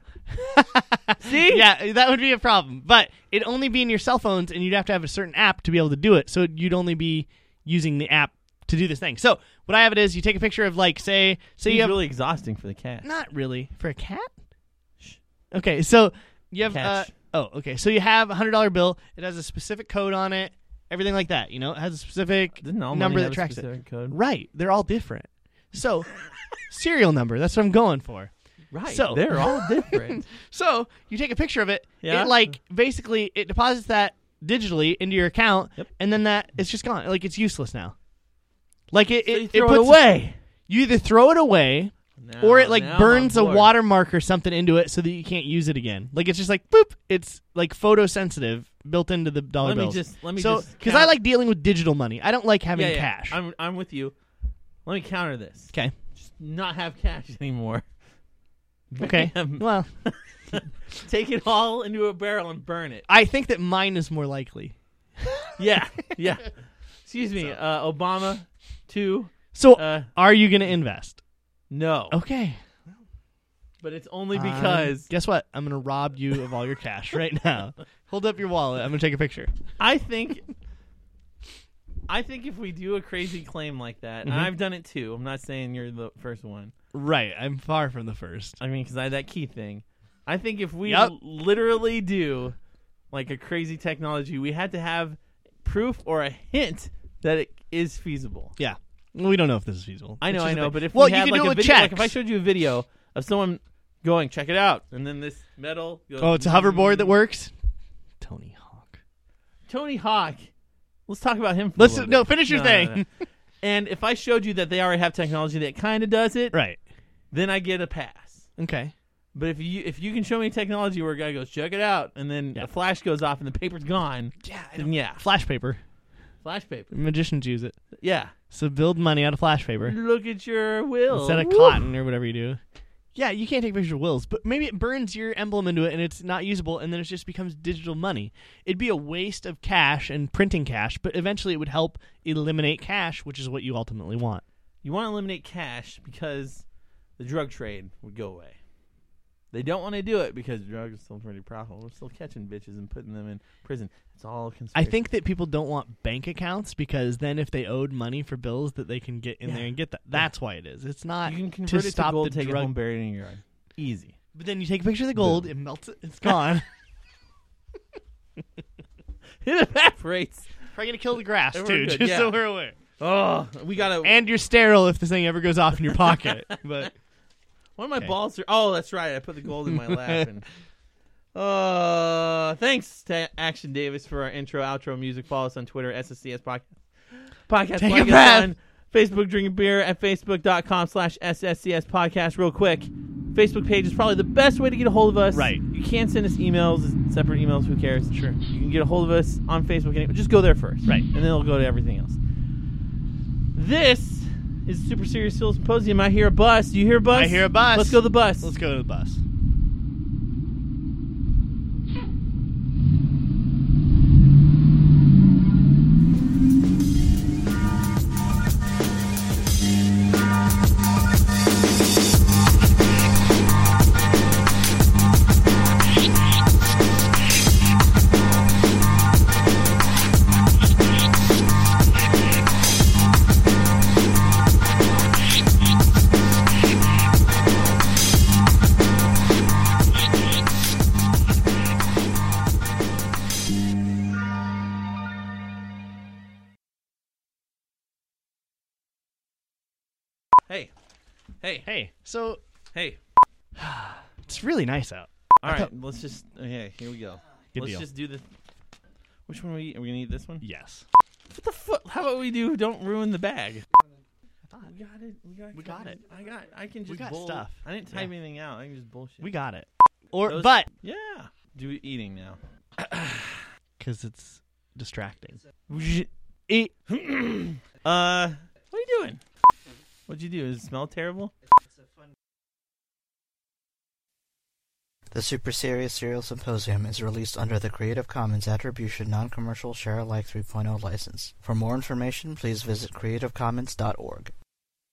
[SPEAKER 2] see,
[SPEAKER 3] Yeah, that would be a problem. But it'd only be in your cell phones, and you'd have to have a certain app to be able to do it. So you'd only be using the app to do this thing. So what I have it is you take a picture of like say say
[SPEAKER 2] It's
[SPEAKER 3] you have
[SPEAKER 2] really exhausting for the cat.
[SPEAKER 3] not really for a cat. Okay, so you have uh,
[SPEAKER 2] Catch.
[SPEAKER 3] oh okay, so you have a hundred dollar bill. It has a specific code on it, everything like that. You know, it has a specific
[SPEAKER 2] Didn't all
[SPEAKER 3] number
[SPEAKER 2] money
[SPEAKER 3] that
[SPEAKER 2] have a
[SPEAKER 3] tracks it.
[SPEAKER 2] specific Code?
[SPEAKER 3] Right, they're all different. So serial number. That's what I'm going for.
[SPEAKER 2] Right,
[SPEAKER 3] So-
[SPEAKER 2] they're all different.
[SPEAKER 3] So you take a picture of it.
[SPEAKER 2] Yeah.
[SPEAKER 3] It like basically it deposits that digitally into your account,
[SPEAKER 2] Yep.
[SPEAKER 3] and then that it's just gone. Like it's useless now. Like it,
[SPEAKER 2] So
[SPEAKER 3] it,
[SPEAKER 2] you
[SPEAKER 3] it
[SPEAKER 2] throw
[SPEAKER 3] puts
[SPEAKER 2] it away,
[SPEAKER 3] You either throw it away,
[SPEAKER 2] Now-
[SPEAKER 3] or it like
[SPEAKER 2] Oh, now I'm on
[SPEAKER 3] burns a
[SPEAKER 2] board.
[SPEAKER 3] watermark or something into it so that you can't use it again. Like it's just like boop. It's like photosensitive built into the dollar
[SPEAKER 2] Let me
[SPEAKER 3] bills.
[SPEAKER 2] just- let me
[SPEAKER 3] so
[SPEAKER 2] just
[SPEAKER 3] I
[SPEAKER 2] count-
[SPEAKER 3] like dealing with digital money. I don't like having
[SPEAKER 2] Yeah, yeah,
[SPEAKER 3] cash.
[SPEAKER 2] I'm I'm with you. Let me counter this.
[SPEAKER 3] okay.
[SPEAKER 2] Just not have cash anymore.
[SPEAKER 3] Okay.
[SPEAKER 2] Bam.
[SPEAKER 3] well,
[SPEAKER 2] Take it all into a barrel and burn it.
[SPEAKER 3] I think that mine is more likely.
[SPEAKER 2] Yeah, yeah. Excuse me, uh, Obama, two.
[SPEAKER 3] So
[SPEAKER 2] Uh,
[SPEAKER 3] are you going to invest?
[SPEAKER 2] no,
[SPEAKER 3] Okay.
[SPEAKER 2] but it's only
[SPEAKER 3] Um,
[SPEAKER 2] because
[SPEAKER 3] guess what? I'm gonna rob you of all your cash right now. Hold up your wallet. I'm gonna take a picture.
[SPEAKER 2] I think, I think if we do a crazy claim like that, and I've done it too. I'm not saying you're the first one.
[SPEAKER 3] Right. I'm far from the first.
[SPEAKER 2] I mean, because I had that key thing. I think if we
[SPEAKER 3] Yep.
[SPEAKER 2] l- literally do like a crazy technology, we had to have proof or a hint that it is feasible.
[SPEAKER 3] Yeah. Well, we don't know if this is feasible.
[SPEAKER 2] I know,
[SPEAKER 3] It's
[SPEAKER 2] I
[SPEAKER 3] just a
[SPEAKER 2] know,
[SPEAKER 3] thing.
[SPEAKER 2] but if
[SPEAKER 3] well,
[SPEAKER 2] we
[SPEAKER 3] you
[SPEAKER 2] had
[SPEAKER 3] can
[SPEAKER 2] like
[SPEAKER 3] do
[SPEAKER 2] a
[SPEAKER 3] it with
[SPEAKER 2] video, like
[SPEAKER 3] checks.
[SPEAKER 2] if I showed you a video of someone going, check it out, and then this metal, goes,
[SPEAKER 3] oh, it's a hoverboard that works. Tony Hawk.
[SPEAKER 2] Tony Hawk. Let's talk about him. For a
[SPEAKER 3] Let's
[SPEAKER 2] little
[SPEAKER 3] no
[SPEAKER 2] bit.
[SPEAKER 3] finish your
[SPEAKER 2] No,
[SPEAKER 3] thing.
[SPEAKER 2] no, no. and if I showed you that they already have technology that kind of does it,
[SPEAKER 3] right.
[SPEAKER 2] then I get a pass.
[SPEAKER 3] Okay.
[SPEAKER 2] But if you if you can show me technology where a guy goes, check it out, and then
[SPEAKER 3] Yeah.
[SPEAKER 2] a flash goes off and the paper's gone,
[SPEAKER 3] Yeah.
[SPEAKER 2] then yeah,
[SPEAKER 3] Flash paper.
[SPEAKER 2] flash paper.
[SPEAKER 3] Magicians use it.
[SPEAKER 2] Yeah,
[SPEAKER 3] So build money out of flash paper
[SPEAKER 2] look at your will
[SPEAKER 3] instead of
[SPEAKER 2] Woo!
[SPEAKER 3] cotton or whatever you do. Yeah, you can't take pictures of wills, but maybe it burns your emblem into it and it's not usable, and then it just becomes digital money. It'd be a waste of cash and printing cash, but eventually it would help eliminate cash, which is what you ultimately want.
[SPEAKER 2] You want to eliminate cash because the drug trade would go away. They don't want to do it because drugs are still pretty profitable. We're still catching bitches and putting them in prison. It's all
[SPEAKER 3] I
[SPEAKER 2] conspiracy.
[SPEAKER 3] think that people don't want bank accounts because then if they owed money for bills, that they can get in
[SPEAKER 2] Yeah.
[SPEAKER 3] there and get that. That's why it is. It's not
[SPEAKER 2] you can
[SPEAKER 3] to
[SPEAKER 2] convert it
[SPEAKER 3] stop
[SPEAKER 2] to gold,
[SPEAKER 3] the
[SPEAKER 2] take
[SPEAKER 3] drug.
[SPEAKER 2] it home, bury it in your yard. Easy.
[SPEAKER 3] But then you take a picture of the gold, it melts, it, it's gone.
[SPEAKER 2] It evaporates.
[SPEAKER 3] Probably gonna kill the grass
[SPEAKER 2] We're
[SPEAKER 3] too,
[SPEAKER 2] good,
[SPEAKER 3] just so
[SPEAKER 2] yeah.
[SPEAKER 3] we're aware.
[SPEAKER 2] Oh, we gotta.
[SPEAKER 3] and you're sterile if this thing ever goes off in your pocket. but
[SPEAKER 2] one of my
[SPEAKER 3] okay.
[SPEAKER 2] balls are. Oh, that's right. I put the gold in my lap. And, uh, thanks to Action Davis for our intro, outro music. Follow us on Twitter, SSCS Podcast. Podcast
[SPEAKER 3] Take a
[SPEAKER 2] like us
[SPEAKER 3] breath.
[SPEAKER 2] on Facebook drinking beer at facebook.com slash SSCS podcast. Real quick, Facebook page is probably the best way to get a hold of us.
[SPEAKER 3] Right.
[SPEAKER 2] You can send us emails, separate emails, who cares?
[SPEAKER 3] Sure.
[SPEAKER 2] You can get a hold of us on Facebook. and- Just go there first.
[SPEAKER 3] Right.
[SPEAKER 2] And then it'll go to everything else. This is Super Serious Phil Symposium. I hear a bus. Do you hear a bus?
[SPEAKER 3] I hear a bus.
[SPEAKER 2] Let's go to the bus.
[SPEAKER 3] let's go to the bus.
[SPEAKER 2] Hey, hey,
[SPEAKER 3] Hey, so
[SPEAKER 2] hey.
[SPEAKER 3] it's really nice out.
[SPEAKER 2] All right,
[SPEAKER 3] thought-
[SPEAKER 2] let's just. Okay, here we go.
[SPEAKER 3] Good
[SPEAKER 2] let's
[SPEAKER 3] deal.
[SPEAKER 2] just do the. Which one are we? Are we gonna eat this one?
[SPEAKER 3] Yes.
[SPEAKER 2] What the fuck? How about we do? Don't ruin the bag. We got it. We got.
[SPEAKER 3] We got it.
[SPEAKER 2] I got. I can just.
[SPEAKER 3] got
[SPEAKER 2] bull-
[SPEAKER 3] stuff.
[SPEAKER 2] I didn't type
[SPEAKER 3] Yeah.
[SPEAKER 2] anything out. I can just bullshit.
[SPEAKER 3] We got it. Or
[SPEAKER 2] Those-
[SPEAKER 3] but
[SPEAKER 2] Yeah. Do we eating now?
[SPEAKER 3] because it's distracting.
[SPEAKER 2] Eat. uh, what are you doing? What'd you do? Does it smell terrible?
[SPEAKER 1] The Super Serious Serial Symposium is released under the Creative Commons Attribution oh Non-Commercial Share Alike 3.0 license. For more information, please visit creativecommons.org.